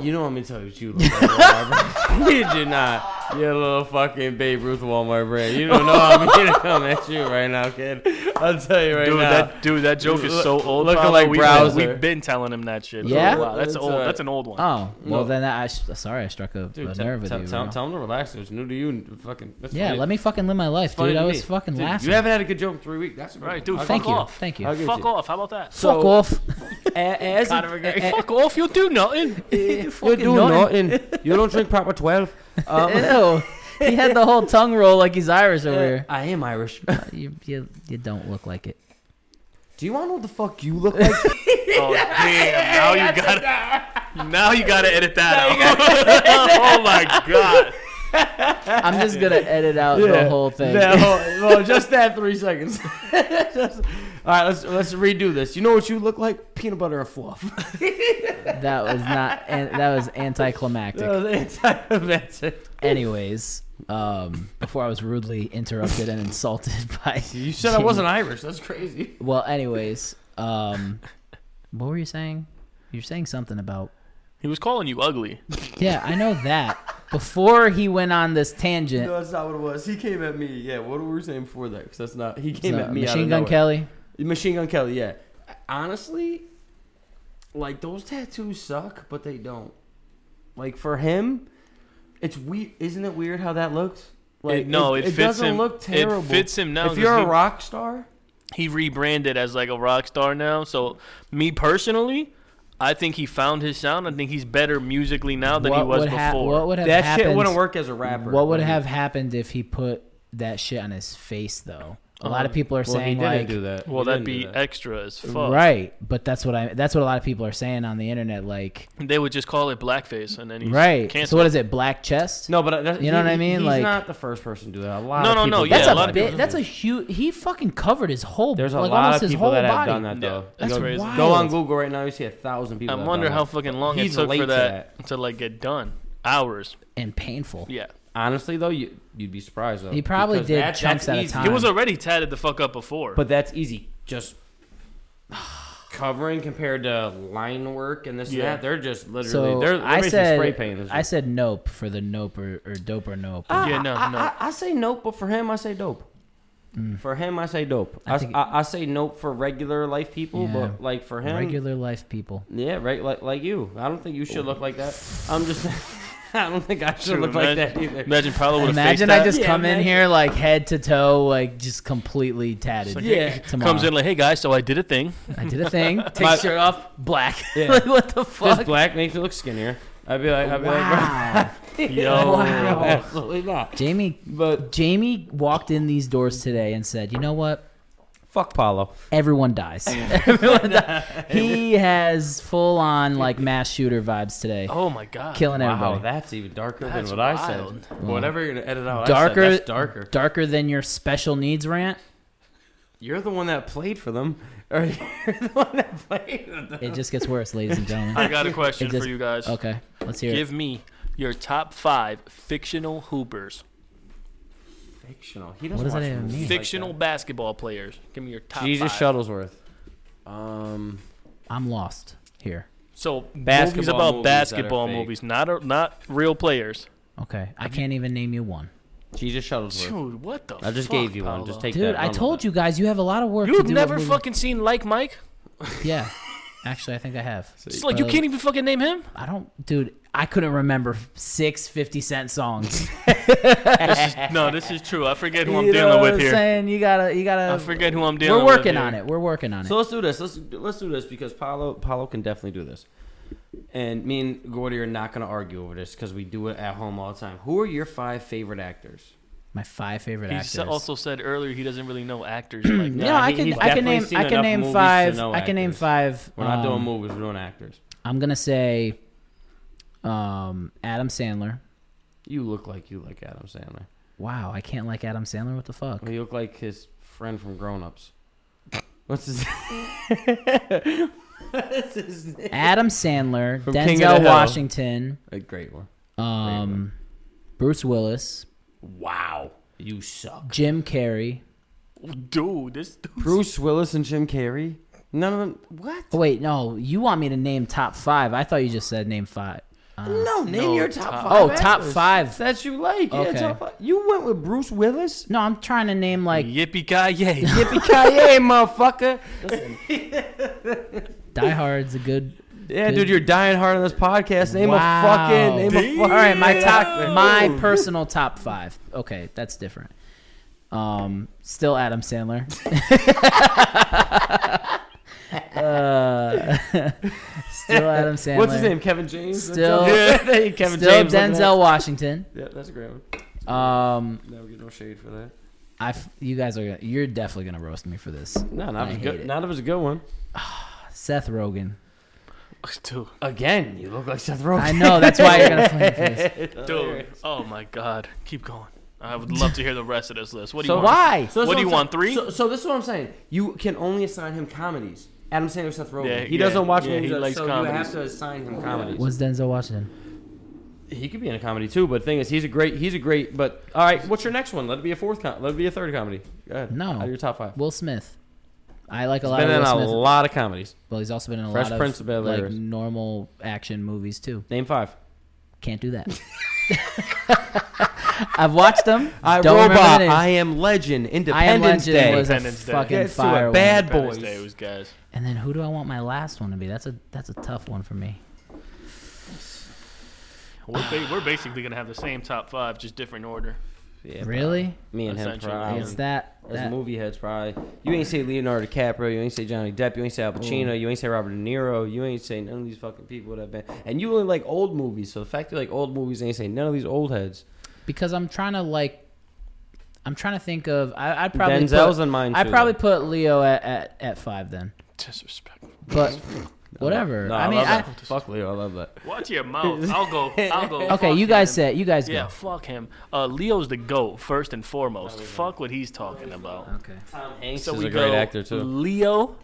You know I'm gonna tell you what you look like. Walmart. you do not. You little fucking Babe Ruth Walmart brand. You don't know I'm gonna come at you right now, kid. I'll tell you right
Dude,
now.
that dude, that joke is so old.
Looking
Pablo.
like
we've,
Browser.
Been, we've been telling him that shit. for a
Yeah?
while. that's,
That's
old.
alright.
That's an old one.
Oh, well
No.
then I I s- sorry I struck a, a
dude, tell,
nerve with
tell,
you.
tell,
bro.
tell him to relax. It was new to you. And fucking. That's
yeah,
funny.
let me fucking live my life,
It's funny
dude. I
to
was
me.
fucking
Dude,
laughing.
You haven't had a good joke in three weeks. That's a good
Right,
one.
dude,
I'll
Thank
fuck
give
you,
it
off.
thank
to I'll
you.
give it
Fuck
to you.
off. How about that?
So-
Fuck off.
A- As a- a- a-
Fuck off. You'll do nothing.
You
fucking
do
nothing.
nothing. You don't drink proper twelve. Um,
Ew. He had the whole tongue roll like he's Irish over here.
I am Irish.
You, you, you don't look like it.
Do you want to know what the fuck you look like?
Oh damn! Now you gotta. Now you gotta edit that out. oh my god!
I'm just gonna edit out the whole thing.
That whole- well, just that three seconds. Just- all right, let's let's redo this. You know what you look like? Peanut butter and fluff.
That was not. an- That was anticlimactic.
That was anti-romantic.
Anyways, um, before I was rudely interrupted and insulted by
You said I wasn't Irish. That's crazy.
Well, anyways, um, what were you saying? You're saying something about.
He was calling you ugly.
Yeah, I know that. Before he went on this tangent,
No, that's not what it was. He came at me. Yeah, what were we saying before that? Because that's not. He came
so,
at me. out
Machine
of
Gun
nowhere.
Kelly.
Machine Gun Kelly. Yeah. Honestly, like those tattoos suck, but they don't. Like for him, it's weird. Isn't it weird how that looks? Like
It- no, it fits
doesn't
him-
look
it
terrible.
fits him now
If
'cause
you're
he-
a rock star,
He rebranded as like a rock star now. So me personally, I think he found his sound. I think he's better musically now than he
What
was
would, ha-
before.
what would have
that
happened?
shit wouldn't work as a rapper.
What would
Like,
have happened if he put that shit on his face, though? A lot of
Um,
people are
Oh, Well, he
saying
didn't
like,
do that.
well,
He
that'd
didn't
be
do that.
extra as fuck.
right, but that's what I. That's what a lot of people are saying on the internet, like,
They would just call it blackface, and then he's
right. So
Canceled.
what is it? Black chest?
no, but uh, that,
You know
he-
what I mean?
He's
Like-
not the first person to do that. A lot.
No,
of
no,
people
no,
do
yeah,
That's
that.
a lot
a
of
bit.
people
That's a huge. He fucking covered his whole.
There's a
like,
lot
almost
of
his
people
whole
that have
body.
done that
Yeah,
though.
that's
Go-
crazy.
Go on
Wild.
Google right now. You see a thousand people.
I
that have
wonder
done
how
that.
fucking long
He's
it took
late
for
to
that, to like get done. Hours.
and painful.
Yeah.
Honestly, though, you, you'd be surprised. Though
He probably
because
did
that-
chunks
that's
at a
easy.
time.
He was already tatted the fuck up before.
But that's easy. Just covering compared to line work and this
Yeah.
and that. They're just literally.
So
they're, they're
I
basically
said,
spray painting. this
I
shit.
said nope for the nope or, or dope or nope.
Ah.
yeah, no,
I,
no.
I, I say nope, but for him, I say dope. For him, I say dope.
Mm. I
I,
think-
I, I say nope for regular life people,
Yeah.
but like for him,
Regular life people.
yeah, right, like like you. I don't think you should look like that. I'm just. I don't think I should
Dude,
look like
imagine,
that either.
Imagine Paolo would have
Imagine
that.
I just
Yeah,
come in
imagine.
here like head to toe, like just completely tatted.
Like,
Yeah.
hey,
tomorrow.
comes in like, hey guys, so I did a thing.
I did a thing. Take
My-
shirt off, black.
Yeah.
like what the
This
fuck?
black makes me look skinnier. I'd be like, I'd be
Wow.
Yo.
like,
Wow.
absolutely not.
Jamie
But
Jamie walked in these doors today and said, "You know what?
fuck Paulo.
Everyone dies. Everyone dies." He has full on like mass shooter vibes today,
Oh my god.
killing
Wow,
everybody.
that's even darker
That's
than what
wild.
I said. Whatever you're gonna edit out, darker,
darker,
that's darker.
darker than your special needs rant.
You're the one that played for them, or you're the one that played with them.
It just gets worse, ladies and
I
gentlemen.
got a
It
question
just-
for you guys.
Okay, let's hear it.
Give me your top five fictional hoopers,
Oh
Fictional. He
What
doesn't
does that
watch
even
movies
mean?
like
fictional
that.
basketball players. Give me your top.
Jesus
five.
Shuttlesworth. Um,
I'm lost here.
So movies
Basketball
about
movies that are
basketball
fake.
movies, not a, not real players.
Okay, I can't even name you one,
Jesus Shuttlesworth.
Dude, what the?
I just
fuck,
gave you one.
Paolo?
Just take
dude.
that.
I told you guys you have a lot of work. to
You've
do
never
over-
fucking seen Like Mike.
Yeah, actually, I think I have.
It's like
Uh,
you
But-
can't even fucking name him.
I don't, dude. I couldn't remember six 50 cent songs.
no, this is true. I forget who
You
I'm
know
dealing
what
with
I'm
here.
Saying you gotta, you
I
gotta.
forget who I'm dealing
We're
with.
working
here.
on it. We're working on it.
So let's do this. Let's let's do this because Paulo Paulo can definitely do this, and me and Gordy are not going to argue over this because we do it at home all the time. Who are your five favorite actors?
My five favorite
He
actors.
s- also said earlier he doesn't really know actors like
no,
that.
Nah,
I
he-
can, I
he's
can
definitely
name,
seen
I can
enough
name
movies to
five.
know
I can name
actors.
five.
We're not doing
um,
movies. We're doing actors.
I'm gonna say, um, Adam Sandler.
You look like you like Adam Sandler.
Wow, I can't like Adam Sandler. What the fuck?
Well, you look like his friend from Grown Ups. What's his? What's his name?
Adam Sandler,
From King of the
Denzel
Hill.
Washington,
A great one.
um, Bruce Willis,
Wow, you suck.
Jim Carrey.
Dude, this dude.
Bruce Willis and Jim Carrey. None of them. What?
Oh, wait, no, you want me to name top five? I thought you just said name five.
No, name
No,
your top,
top-
five.
Oh, top
actors
five.
that you like. Yeah,
Okay.
top five. You went with Bruce Willis.
No, I'm trying to name like
Yippee ki yay!
Yippee ki yay, motherfucker!
Die Hard's a good.
Yeah,
Good.
dude, you're dying hard on this podcast. Name
Wow.
a fucking. Name a fucking.
All right, my top, my personal top five. Okay, that's different. Um, still Adam Sandler. Uh, still Adam Sandler.
What's his name? Kevin James.
Still-
yeah, Kevin
Still
James. looking
Denzel Washington.
at- Yeah, that's a great one.
Um,
Never get no shade for that.
I, f- you guys are, gonna, you're definitely gonna roast me for this.
No,
I
not was
hate
good.
it.
Not if it's a good one.
Seth Rogen.
dude,
Again, you look like Seth Rogen.
I know that's why you're gonna flame for this.
dude. Oh my god, keep going. I would love to hear the rest of this list. What do
So
you want?
Why?
So that's
What do
I'm
you
saying.
want, three?
So, so this is what I'm saying. You can only assign him comedies. Adam Sandler, Seth Rogen.
Yeah,
he
yeah,
doesn't watch
yeah,
movies,
he
that-
likes
so you
comedies.
have to assign him comedies.
What's Denzel Washington?
He could be in a comedy too, but the thing is, he's a great. He's a great. But all right, what's your next one? Let it be a fourth. Com- let it be a third comedy. Go ahead.
No.
Out of your top five.
Will Smith. I like a lot
Been in
of Will
a
Smith.
lot of comedies.
Well, he's also been in a
Fresh
lot
Prince
of
of Bel-Air.
like normal action movies too.
Name five.
Can't do that. I've watched them.
I
Don't remember
Robot.
the names.
I am Legend.
I Am
Independence
Legend
Day.
was a
Independence Day.
fucking
Gets to a
fire. one.
bad
Independence
boys.
Day was guys.
And then who do I want my last one to be? That's a that's a tough one for me.
We're, ba- we're basically gonna have the same top five, just different order.
Yeah,
really?
Me and him.
Essentially,
Probably.
It's that,
As
that-
movie heads, probably. You ain't say Leonardo DiCaprio. You ain't say Johnny Depp. You ain't say Al Pacino. You ain't say Robert De Niro. You ain't say none of these fucking people that have been. And you only like old movies. So the fact you like old movies, ain't say none of these old heads.
because I'm trying to like I'm trying to think of I I'd probably
Denzel's
put,
in mine,
I
too,
probably
though.
put Leo at, at, at five then.
Disrespectful.
But whatever.
No,
I
I
mean
love
I,
that. Fuck Leo. I love that.
Watch your mouth. I'll go. I'll go.
Okay,
Fuck
you guys
him.
say it. You guys
Yeah, fuck him. Uh, Leo's the goat first and foremost. Fuck what he's talking about.
go. Okay.
Tom Hanks
So
is
we
a great
go
actor too.
Leo.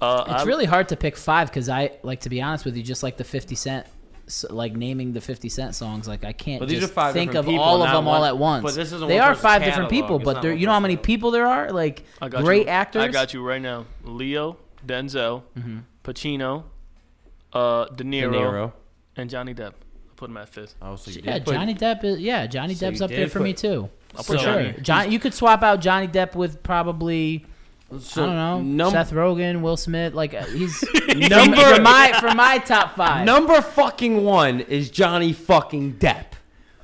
Uh,
It's
Um,
I'm-
really hard to pick five because I like to be honest with you, just like the Fifty Cent, s- like naming the Fifty Cent songs. Like I can't
But these
just
are five
think of
different people,
all of
not
them all
one-
at once.
but this isn't
they
one
are
person's
five different
catalog.
people,
It's
but
not
there,
one
you know how
person's
many
catalog.
people there are? Like
I got
great
you.
actors. Mm-hmm.
I got you right now. Leo, Denzel, Pacino, uh, De,
De
Niro,
Niro.
and Johnny Depp. I'll put him at fifth.
Oh, so you
Yeah,
did put-
Johnny Depp. Is, yeah, Johnny
So
Depp's
you
up there
did
for me
put-
too.
I'll
For
put
sure.
Johnny.
John, you could swap out Johnny Depp with probably
So,
I don't know
num-
Seth Rogen, Will Smith. Like uh, he's
Number-
for my for my top five.
Number fucking one is Johnny fucking Depp.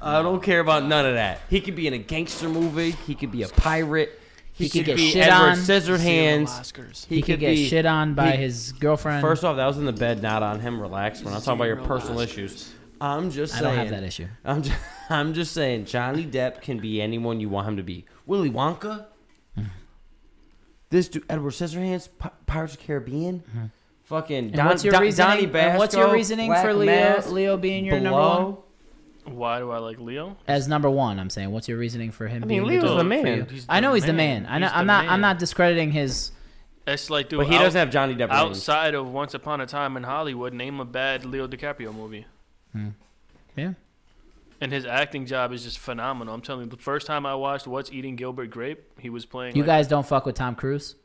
I don't care about none of that. He could be in a gangster movie. He could be a pirate. He,
could
could,
get
be
shit
Edward
on.
Scissorhands.
Oscars.
he, could, get
be-
shit on by
he-
his girlfriend.
First off, that was in the bed, not on him. Relax. We're not talking about your personal issues. I'm just
I
saying.
don't have that issue.
I'm just, I'm just saying Johnny Depp can be anyone you want him to be. Willy Wonka. this dude, Edward Scissorhands, Pi- Pirates of the Caribbean. Fucking Don,
Mm-hmm. what's your
Don,
reasoning-
Donnie Basco.
and what's your reasoning
Black
for Leo-
Mask,
Leo being your number
Blow.
one?
Why do I like Leo?
As number one, I'm saying. What's your reasoning for him?
I
being
mean, Leo's
number
the
one for
man.
you?
He's
I know
the
he's the
man.
man. I know.
He's
I'm
the
not.
man.
I'm not discrediting his.
It's like, dude,
But he
out-
doesn't have Johnny Depp. ratings.
outside of Once Upon a Time in Hollywood. Name a bad Leo DiCaprio movie.
Yeah.
And his acting job is just phenomenal. I'm telling you, the first time I watched What's Eating Gilbert Grape, he was playing.
You
like,
guys don't fuck with Tom Cruise.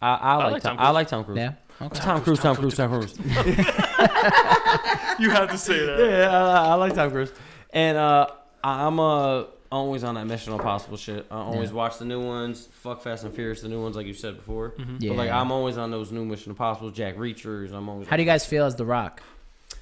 I, I, like
like
Tom,
Tom
I
Cruise.
like Tom Cruise.
Yeah. Okay.
Tom Cruise, Tom Cruise, Tom Cruise.
you have to say that.
yeah, I, I like Tom Cruise. And uh, I'm uh, always on that Mission Impossible shit. I always
Yeah.
watch the new ones. Fuck Fast and Furious, the new ones, like you said before.
Yeah.
But like I'm always on those new Mission Impossible, Jack Reachers. I'm always.
How do you guys feel as The Rock?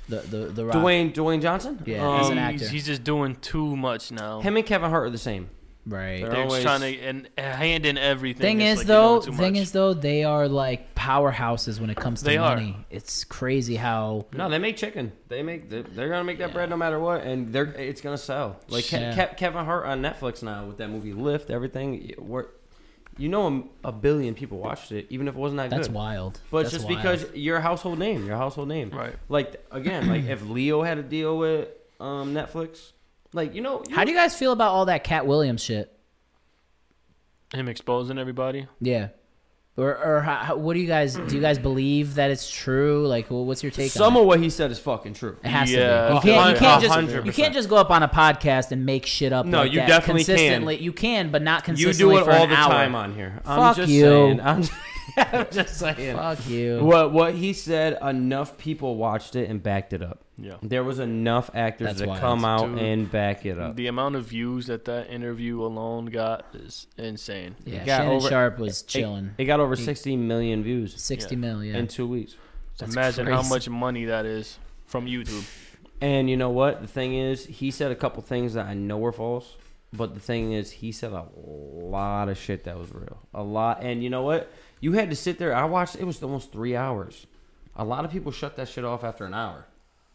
The the the Rock.
Dwayne Dwayne Johnson?
Yeah, as an
Um,
actor.
He's, he's just doing too much now.
Him and Kevin Hart are the same.
Right.
They're
They're
always-
trying to and hand in everything.
Thing
It's like
is
you're
though,
doing too
thing
much.
is though, they are like powerhouses when it comes to
They are.
money. It's crazy how
No, they make chicken. They make they're, they're gonna make that bread no matter what, and they're it's gonna sell. Like Ke-
Yeah.
Ke- Kevin Hart on Netflix now with that movie Lift, everything. it wor- You know, a, a billion people watched it, even if it wasn't that
that's
good.
wild.
But
That's
just
wild.
because you're a household name, your household name,
Right.
Like again, like if Leo had to deal with um, Netflix, like you know,
How do you guys feel about all that Cat Williams shit?
him exposing everybody.
Yeah. Or, or how, how- what do you guys do? You guys believe that it's true? Like, well, what's your take?
some
on
of what he said is fucking true.
it? it has
Yeah,
to be. You can't, you can't just
100%.
you can't just go up on a podcast and make shit up.
No,
like
you
that
definitely can.
consistently. You can, but not
You
consistently
do it
for
all
an
the
hour.
time on here. I'm
Fuck
just
you.
saying. I'm just, I'm just saying.
Fuck you.
What what he said, enough people watched it and backed it up.
Yeah.
There was enough actors
That's
that
wild.
come out
Dude.
and back it up.
The amount of views that that interview alone got is insane.
Yeah,
It got
Shannon
over-
Sharp was
It-
chilling.
It, got over 60 million views
Sixty
yeah.
mil. Yeah.
in two weeks.
That's
Imagine how
crazy.
much money that is from YouTube.
And you know what? The thing is, he said a couple things that I know are false. But the thing is, he said a lot of shit that was real. A lot. And you know what? You had to sit there. I watched. It was almost three hours. A lot of people shut that shit off after an hour.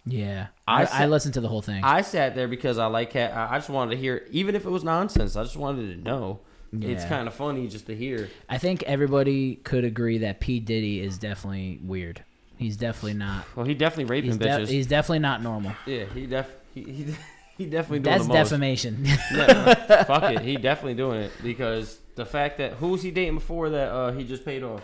Yeah.
I
I,
sa-
I listened to the whole thing.
I sat there because I like cat. I I just wanted to hear, even if it was nonsense. I just wanted to know. It's
Yeah.
kind of funny just to hear.
I think everybody could agree that P Diddy is definitely weird. He's definitely not.
Well, he definitely raping
He's, de-
bitches.
he's definitely not normal.
yeah, he def he, he, he definitely doing
That's
the most.
defamation.
Yeah, fuck it, he definitely doing it because the fact that who's he dating before that uh, he just paid off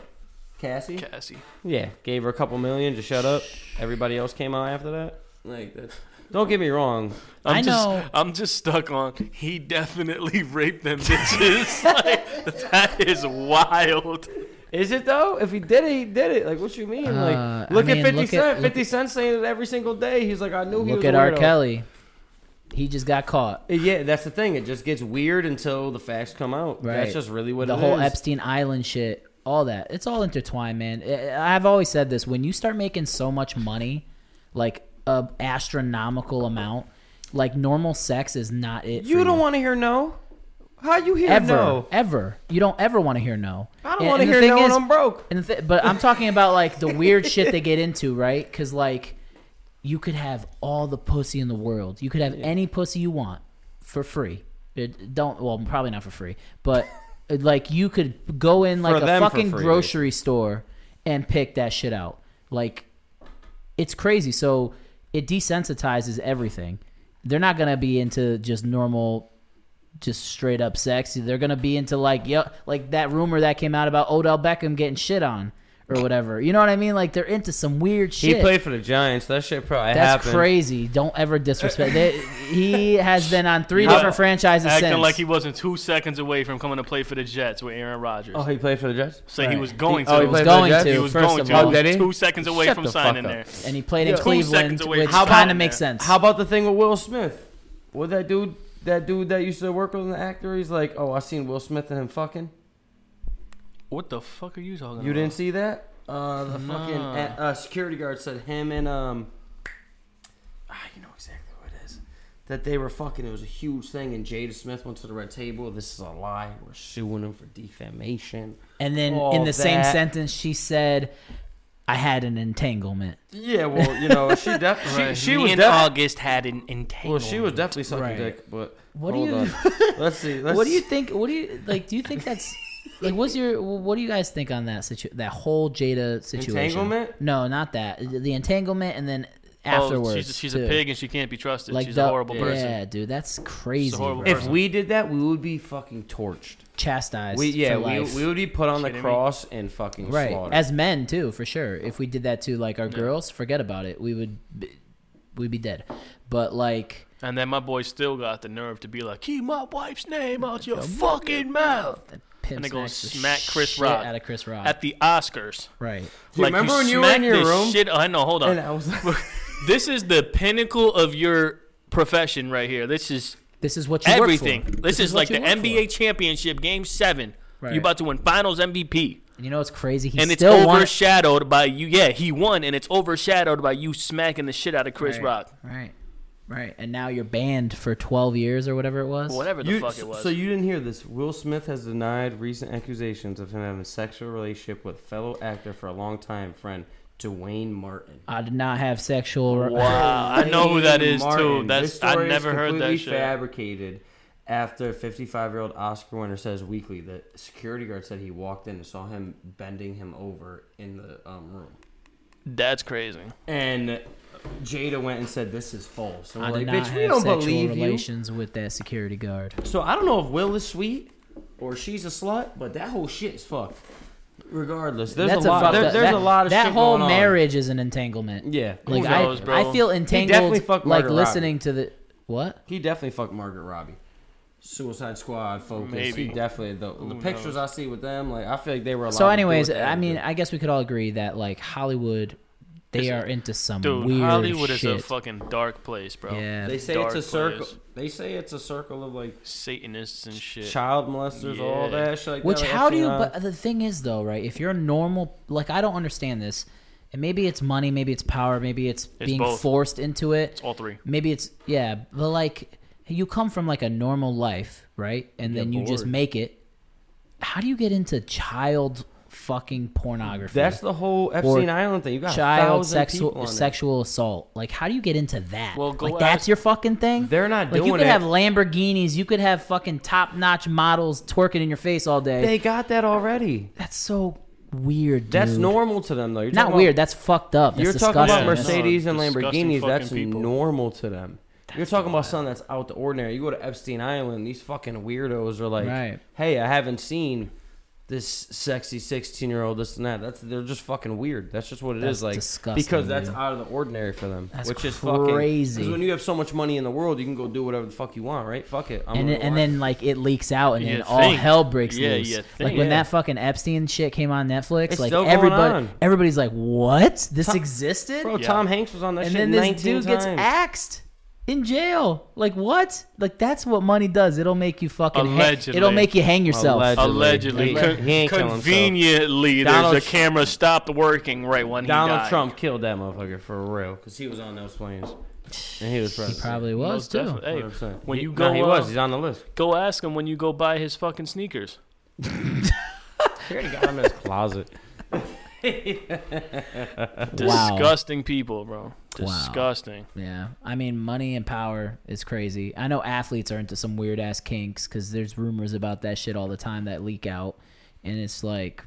Cassie.
Cassie.
yeah, gave her a couple million to shut up. Everybody else came out after that. Like that's. Don't get me wrong.
I'm
I
just,
know.
I'm just stuck on. He definitely raped them bitches. like, that is wild.
Is it though? If he did it, he did it. Like what you mean?
Uh,
Like
I
look
mean,
at Fifty
look at-
Cent.
look
Fifty Cent saying it every single day. He's like, I knew he
Look
was
at
a
R.
weirdo. Uh,
Kelly. He just got caught.
Yeah, that's the thing. It just gets weird until the facts come out.
Right.
That's just really what
the
it
whole
is.
Epstein Island shit, all that. It's all intertwined, man. I- I've always said this: when you start making so much money, like a astronomical amount, like normal sex is not it.
You
for
don't want to hear no. How you hear
ever,
no?
ever. You don't ever want to hear no.
I don't
And-
want to
and the
hear
thing
no when
is-
I'm broke.
And the th- but I'm talking about like the weird shit they get into, right? Because like you could have all the pussy in the world. You could have any pussy you want for free. It don't well, probably not for free, but uh, like you could go in like
For
a
them, for
fucking
free.
grocery store and pick that shit out. Like it's crazy. So it desensitizes everything. They're not gonna be into just normal just straight up sexy. They're gonna be into like yo, like that rumor that came out about Odell Beckham getting shit on or whatever. You know what I mean? Like they're into some weird
He
shit.
played for the Giants. That shit probably
That's
happened.
crazy. Don't ever disrespect. they, he has been on three
Well,
different franchises
Acting
since.
like he wasn't two seconds away from coming to play for the Jets with Aaron Rodgers.
Oh, he played for the Jets.
so he
right.
was going
oh,
to.
he
was
played for the
going
Jets?
to
He was
first
going
of
to.
all,
Oh, did he?
Two seconds away
Shut
from
the fuck
signing
up.
there.
and he played in
Two
Cleveland,
seconds away
which
from
kind
that.
of makes sense.
How about the thing with Will Smith? With that dude, that dude that used to work with the actor. He's like, oh, I seen Will Smith and him fucking.
What the fuck are you talking about?
You didn't see that? Uh, the fucking
Nah.
uh, uh, security guard said him and um, ah, you know exactly who it is. That they were fucking. It was a huge thing, and Jada Smith went to the red table. This is a lie. We're suing him for defamation.
and then
all
in the same
that.
sentence, she said, I had an entanglement.
Yeah, well, you know, she definitely
She,
she,
she
was
was
def-
August had an
well,
entanglement. Oh,
she was definitely sucking
Right.
dick. But
What do
hold
you-
on. Let's see. Let's,
What do you think? What do you like? Do you think that's like? What's your? What do you guys think on that situ? That whole Jada situation?
Entanglement?
No, not that. The entanglement, and then
Oh,
afterwards.
she's, she's
too.
a pig and she can't be trusted.
Like
she's
the-
a horrible person.
Yeah, dude, that's crazy.
horrible
bro.
If we did that, we would be fucking torched.
Chastised.
We yeah,
for
we,
life.
we would be put on the
Kidding me?
cross and fucking
right
slaughtered.
as men too for sure if we did that to like our girls forget about it we would be, we'd be dead but like
And then my boy still got the nerve to be like, keep my wife's name out your fucking mouth.
pimp
And they go
smacks the
smack Chris
shit
Rock
out of Chris Rock
At the Oscars.
right
you remember when you were in
smacked
your
the
room?
Shit, I know, hold on.
and I was like,
this is the pinnacle of your profession right here. This is
this is what you work for.
everything. This, is, like
what you
the
work
NBA championship game seven.
Right.
You're about to win finals MVP.
for. And you know what's crazy he
and it's
still won it.
overshadowed by you. Yeah, he won, and it's overshadowed by you smacking the shit out of Chris
right.
Rock.
right right and now you're banned for 12 years or whatever it was
Whatever the
you,
fuck it was.
so you didn't hear this. Will Smith has denied recent accusations of him having a sexual relationship with fellow actor for a long time friend Dwayne Martin.
I did not have sexual
Wow, I know who that
Dwayne
is
Martin.
too. That's
This
I
story is
never heard that
completely
shit.
Fabricated after 55 year old Oscar winner says weekly that security guard said he walked in and saw him bending him over in the um, room.
That's crazy.
And Jada went and said this is false. And
I
we're
did
like,
not
bitch,
have
we don't
sexual
believe you.
relations with that security guard.
So I don't know if Will is sweet or she's a slut, but that whole shit is fucked. Regardless, there's
That's
a lot.
fucked
there-
up-
there's
that,
a lot of
that
shit
whole
going on.
marriage is an entanglement.
Yeah,
Like
Who
I,
knows, bro?
I feel
He
entangled.
definitely fucked
like
Margaret
listening to the what?
he definitely fucked Margaret Robbie. Suicide Squad focus.
Maybe.
He definitely the, the pictures I see with them. Like I feel like they were.
So,
allowed to do
anyways,
what they
I mean,
wanted
I guess we could all agree that like Hollywood, they are into some
Dude,
weird
Hollywood is
shit.
a fucking dark place, bro.
to
yeah,
do. they say
dark
it's a circle.
place.
They say it's a circle of like
Satanists and shit.
child molesters, all
Yeah.
that shit. Like
Which
that, like,
how
that's
do you?
not-
But the thing is, though, right? If you're a normal, like I don't understand this, and maybe it's money, maybe it's power, maybe it's, being
both.
forced into it.
All three.
maybe it's yeah, but like you come from like a normal life, right? And then you just
bored.
make it. How do you get into child fucking pornography?
that's the whole Epstein Island thing. You got
child
thousand people
sexual
on it.
sexual assault. Like, how do you get into that?
Well, go
like that's
ask-
your fucking thing.
They're not
like, You
doing
could
it.
have Lamborghinis. You could have fucking top notch models twerking in your face all day.
They got that already.
that's so weird. Dude.
That's normal to them though. You're
Not
talking about-
weird. That's fucked up. That's
You're talking
disgusting.
about
Yeah,
Mercedes
no,
and
disgusting
Lamborghinis.
fucking
That's
people.
normal to them. You're talking about something that's out the ordinary. You go to Epstein Island, these fucking weirdos are like,
Right.
"Hey, I haven't seen this sexy 16 year old, this and that." That's they're just fucking weird. That's just what it is.
That's
Like
disgusting,
because that's
dude.
out of the ordinary for them,
That's
which is fucking
crazy.
Because when you have so much money in the world, you can go do whatever the fuck you want, right? Fuck it. I'm
and
gonna
then, and
watch-
then like it leaks out and then
You
all
think.
hell breaks
Yeah,
loose.
you
like
think.
when
Yeah.
that fucking Epstein shit came on Netflix,
It's
like
still going
everybody
on.
everybody's like, "What? This
Tom-
existed?"
bro,
Yeah.
Tom Hanks was on that
and
shit
then this
19
dude gets
times.
axed in jail. Like what? Like that's what money does. It'll make you fucking ha-
Allegedly.
it'll make you hang yourself.
Allegedly.
Allegedly,
He
Con-
ain't killing himself.
conveniently,
Donald
there's
Tr-
the camera stopped working right when he
Donald
died.
Trump killed that motherfucker for real because he was on those planes and he was
He
president.
probably was
Most
too.
definitely. Hey,
100%.
when
He-
you go,
no, he
uh,
was. He's on the list.
go ask him when you go buy his fucking sneakers.
He already got him in his closet.
Wow.
Disgusting people, bro.
Wow.
Disgusting.
Yeah, I mean, money and power is crazy. I know athletes are into some weird ass kinks because there's rumors about that shit all the time that leak out, and it's like,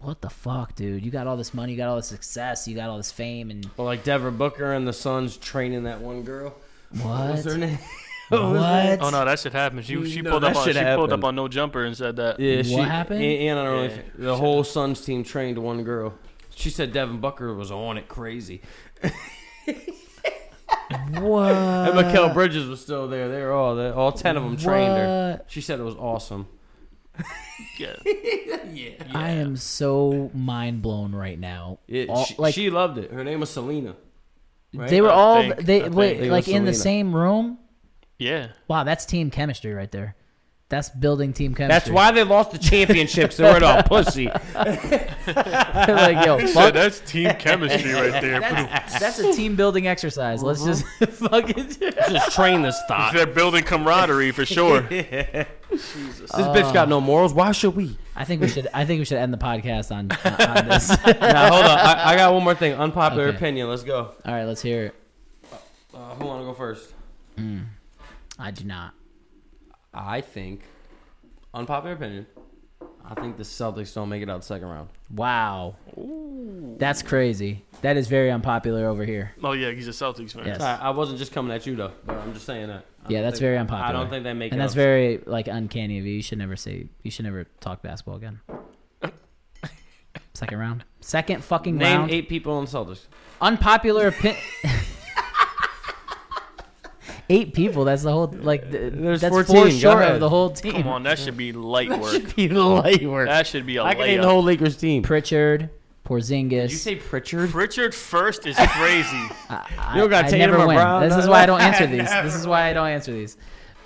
what the fuck, dude? You got all this money, you got all this success, you got all this fame, and
Well, like Deborah Booker and the Suns training that one girl. What was
what?
her name?
What?
Oh no, that shit happened. She she
No,
pulled up
that
on she
shit
pulled up
happened.
on no jumper and said that.
Yeah, she,
happened?
And, and I don't know if the whole Suns team trained one girl. She said Devin Booker was on it crazy.
What?
And Mikael Bridges was still there. They were all there. All ten of them trained her.
What?
She said it was awesome.
Yeah. yeah.
I am so mind blown right now.
It,
All-
she,
like
she loved it. Her name was Selena. right?
they were
I
all
think- I
they
think
wait
it
like
was
in the
Selena.
same room.
Yeah.
Wow, that's team chemistry right there. That's building team chemistry.
That's why they lost the championships. They were all pussy.
They're like, yo,
Yeah,
fuck.
that's team chemistry right there.
That's, that's a team building exercise. Let's just fucking.
Just train this thought.
They're building camaraderie for sure.
This bitch got no morals. Why should we?
I think we should. I think we should end the podcast on on this.
Now hold on. I, I got one more thing. Unpopular
Okay.
opinion. Let's go.
All right, let's hear it.
Uh, who want to go first?
I do not.
I think unpopular opinion. I think the Celtics don't make it out the second round.
Wow. That's crazy. That is very unpopular over here.
Oh yeah, he's a Celtics fan.
Yes.
Sorry, I wasn't just coming at you though. But I'm just saying that. I
Yeah,
don't
that's
think-
very unpopular.
I don't think they make
And
it.
that's
out-
very like uncanny of you. You should never say. You should never talk basketball again. Second round. Second fucking
Name
round.
eight people on the Celtics.
Unpopular opinion. Eight people. That's the whole like. th-
There's
that's
14,
four
go
short
ahead.
of the whole team.
Come on, that should be light work.
light work.
That should be a
I can name
layup.
the whole Lakers team.
Pritchard, Porzingis.
you say Pritchard?
Richard first is crazy.
I,
You don't gotta
I
Tatum
never
or
win.
Brown,
This is
none
why I
of
don't
that.
answer these. This is why I don't answer these.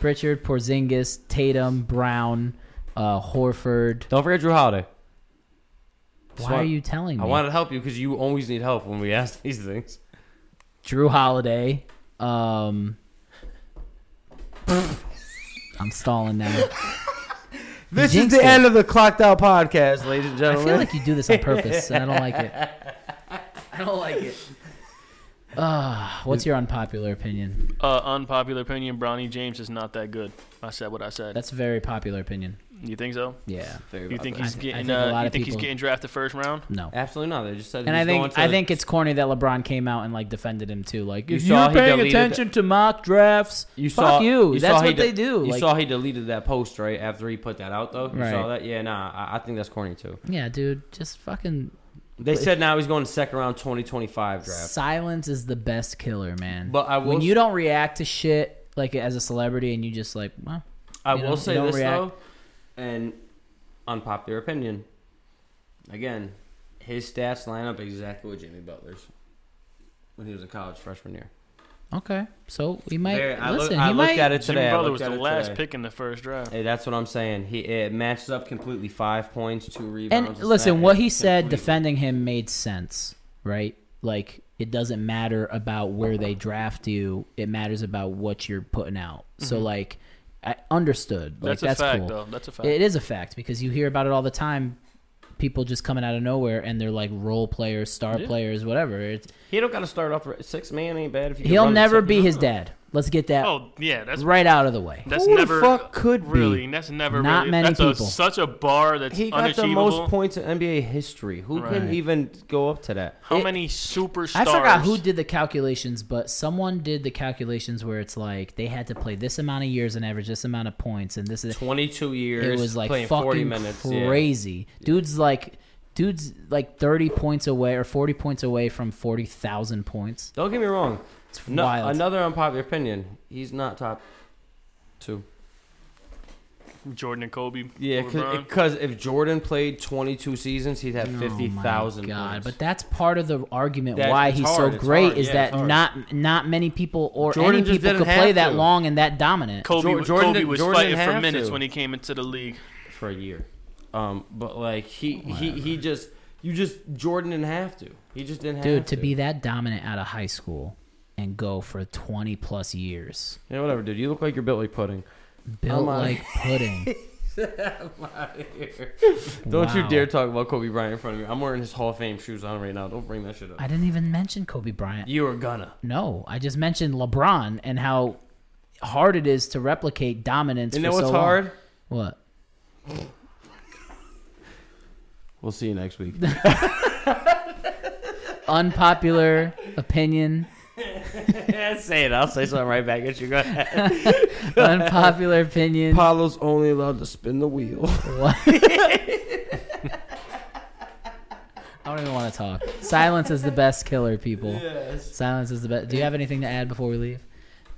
Pritchard, Porzingis, Tatum, Brown, uh, Horford.
Don't forget Drew Holiday.
Why
why-
are you telling me?
I wanted to help you because you always need help when we ask these things.
Drew Holiday. Um, I'm stalling now.
This
is the end
of the Clocked Out podcast, ladies and
I feel like you do this on purpose, and I don't like it. I don't like it. Uh, what's your unpopular opinion?
Uh, unpopular opinion: Bronny James is not that good. I said what I said.
That's a very popular opinion.
you think so?
Yeah.
You think
I
he's
th- I
getting?
think a
uh,
lot
you
of
think he's
people-
getting drafted first round?
No.
Absolutely not. They just said.
And
he's
I
going
think
to
I
the-
think it's corny that LeBron came out and like defended him too. Like
You
if
saw
you're
he
paying
deleted
attention to mock drafts,
you
fuck
saw
you.
saw
That's
he
what
de-
they do.
You
like,
saw he deleted that post right after he put that out though. You
Right.
saw that? Yeah, nah. I, I think that's corny too.
yeah, dude, just fucking
They said now he's going to second round 2025 draft.
silence is the best killer, man.
But I will
when
s-
you don't react to shit like as a celebrity and you just like, well,
I
You
will
don't-
say
you don't
this
react.
though, and unpopular opinion. Again, his stats line up exactly with Jimmy Butler's when he was a college freshman year.
okay, so we might
Very- I,
listen.
look, I
he
looked
might.
at it
Jimmy
today. I
Butler
looked
was
at
the
it
last
today.
pick in the first draft.
Hey, that's what I'm saying. He it matches up completely. Five points, two rebounds.
and
a
listen,
sack.
what he said
Completely.
defending him made sense, right? Like it doesn't matter about where they draft you; it matters about what you're putting out. So like, I understood.
That's,
Like, that's
a fact,
cool.
though. That's a fact.
It is a fact because you hear about it all the time. People just coming out of nowhere and they're like role players, star players, whatever. It's,
he don't got to start off six man. Ain't bad if you can
he'll
run the
never
second
be his
round.
dad. Let's get that
oh yeah, that's
right out of the way.
that's
Who the
never
fuck could be?
really. That's never
Not
really.
many
that's A,
people.
such a bar that's
He got the
unachievable.
most points in NBA history. Who
Right.
can even go up to that?
How many superstars?
I forgot who did the calculations, but someone did the calculations where it's like they had to play this amount of years and average this amount of points, and this is
Twenty two years.
it was like
playing forty
fucking
minutes. yeah.
crazy. Dude's like, dude's like thirty points away or forty points away from forty thousand points.
Don't get me wrong.
It's
No,
wild.
another unpopular opinion. He's not top two.
Jordan and Kobe.
Yeah,
LeBron.
because if Jordan played 22 seasons, he'd have 50,000 points.
Oh but that's part of the argument
That's-
why
it's
he's
hard,
so
it's
great
hard,
is
yeah,
that
it's hard.
not not many people or
Jordan
any
just
people
didn't
could play
have
that
to.
long and that dominant.
Kobe,
Jor- Jordan
Kobe
didn't-
was
Jordan
fighting
didn't
for
have
minutes
to.
when he came into the league.
for a year. Um, but like he he he just you just Jordan didn't have to. He just didn't have
Dude,
to.
to be that dominant out of high school and go for twenty plus years,
yeah, whatever, dude. You look like you're built like pudding.
built
I'm outta-
like pudding.
Don't you
Wow.
dare talk about Kobe Bryant in front of me. I'm wearing his Hall of Fame shoes on right now. Don't bring that shit up.
I didn't even mention Kobe Bryant.
you are gonna.
No, I just mentioned LeBron and how hard it is to replicate dominance.
You
for
know what's
so long.
hard?
What?
We'll see you next week.
Unpopular opinion.
say it. I'll say something right back at you. Go ahead.
Unpopular opinion.
Apollo's only allowed to spin the wheel.
What? I don't even want to talk. Silence is the best killer, people. Silence is the best. Do you have anything to add before we leave?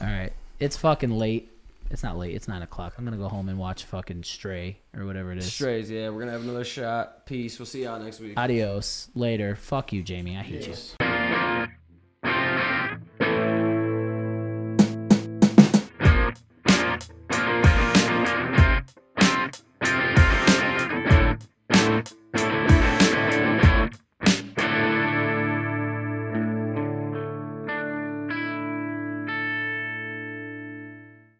All right. It's fucking late. It's not late. It's nine o'clock. I'm gonna go home and watch fucking Stray or whatever it is.
Strays, yeah. We're gonna have another shot. Peace. We'll see y'all next week.
Adios. Later. Fuck you, Jamie. I hate you.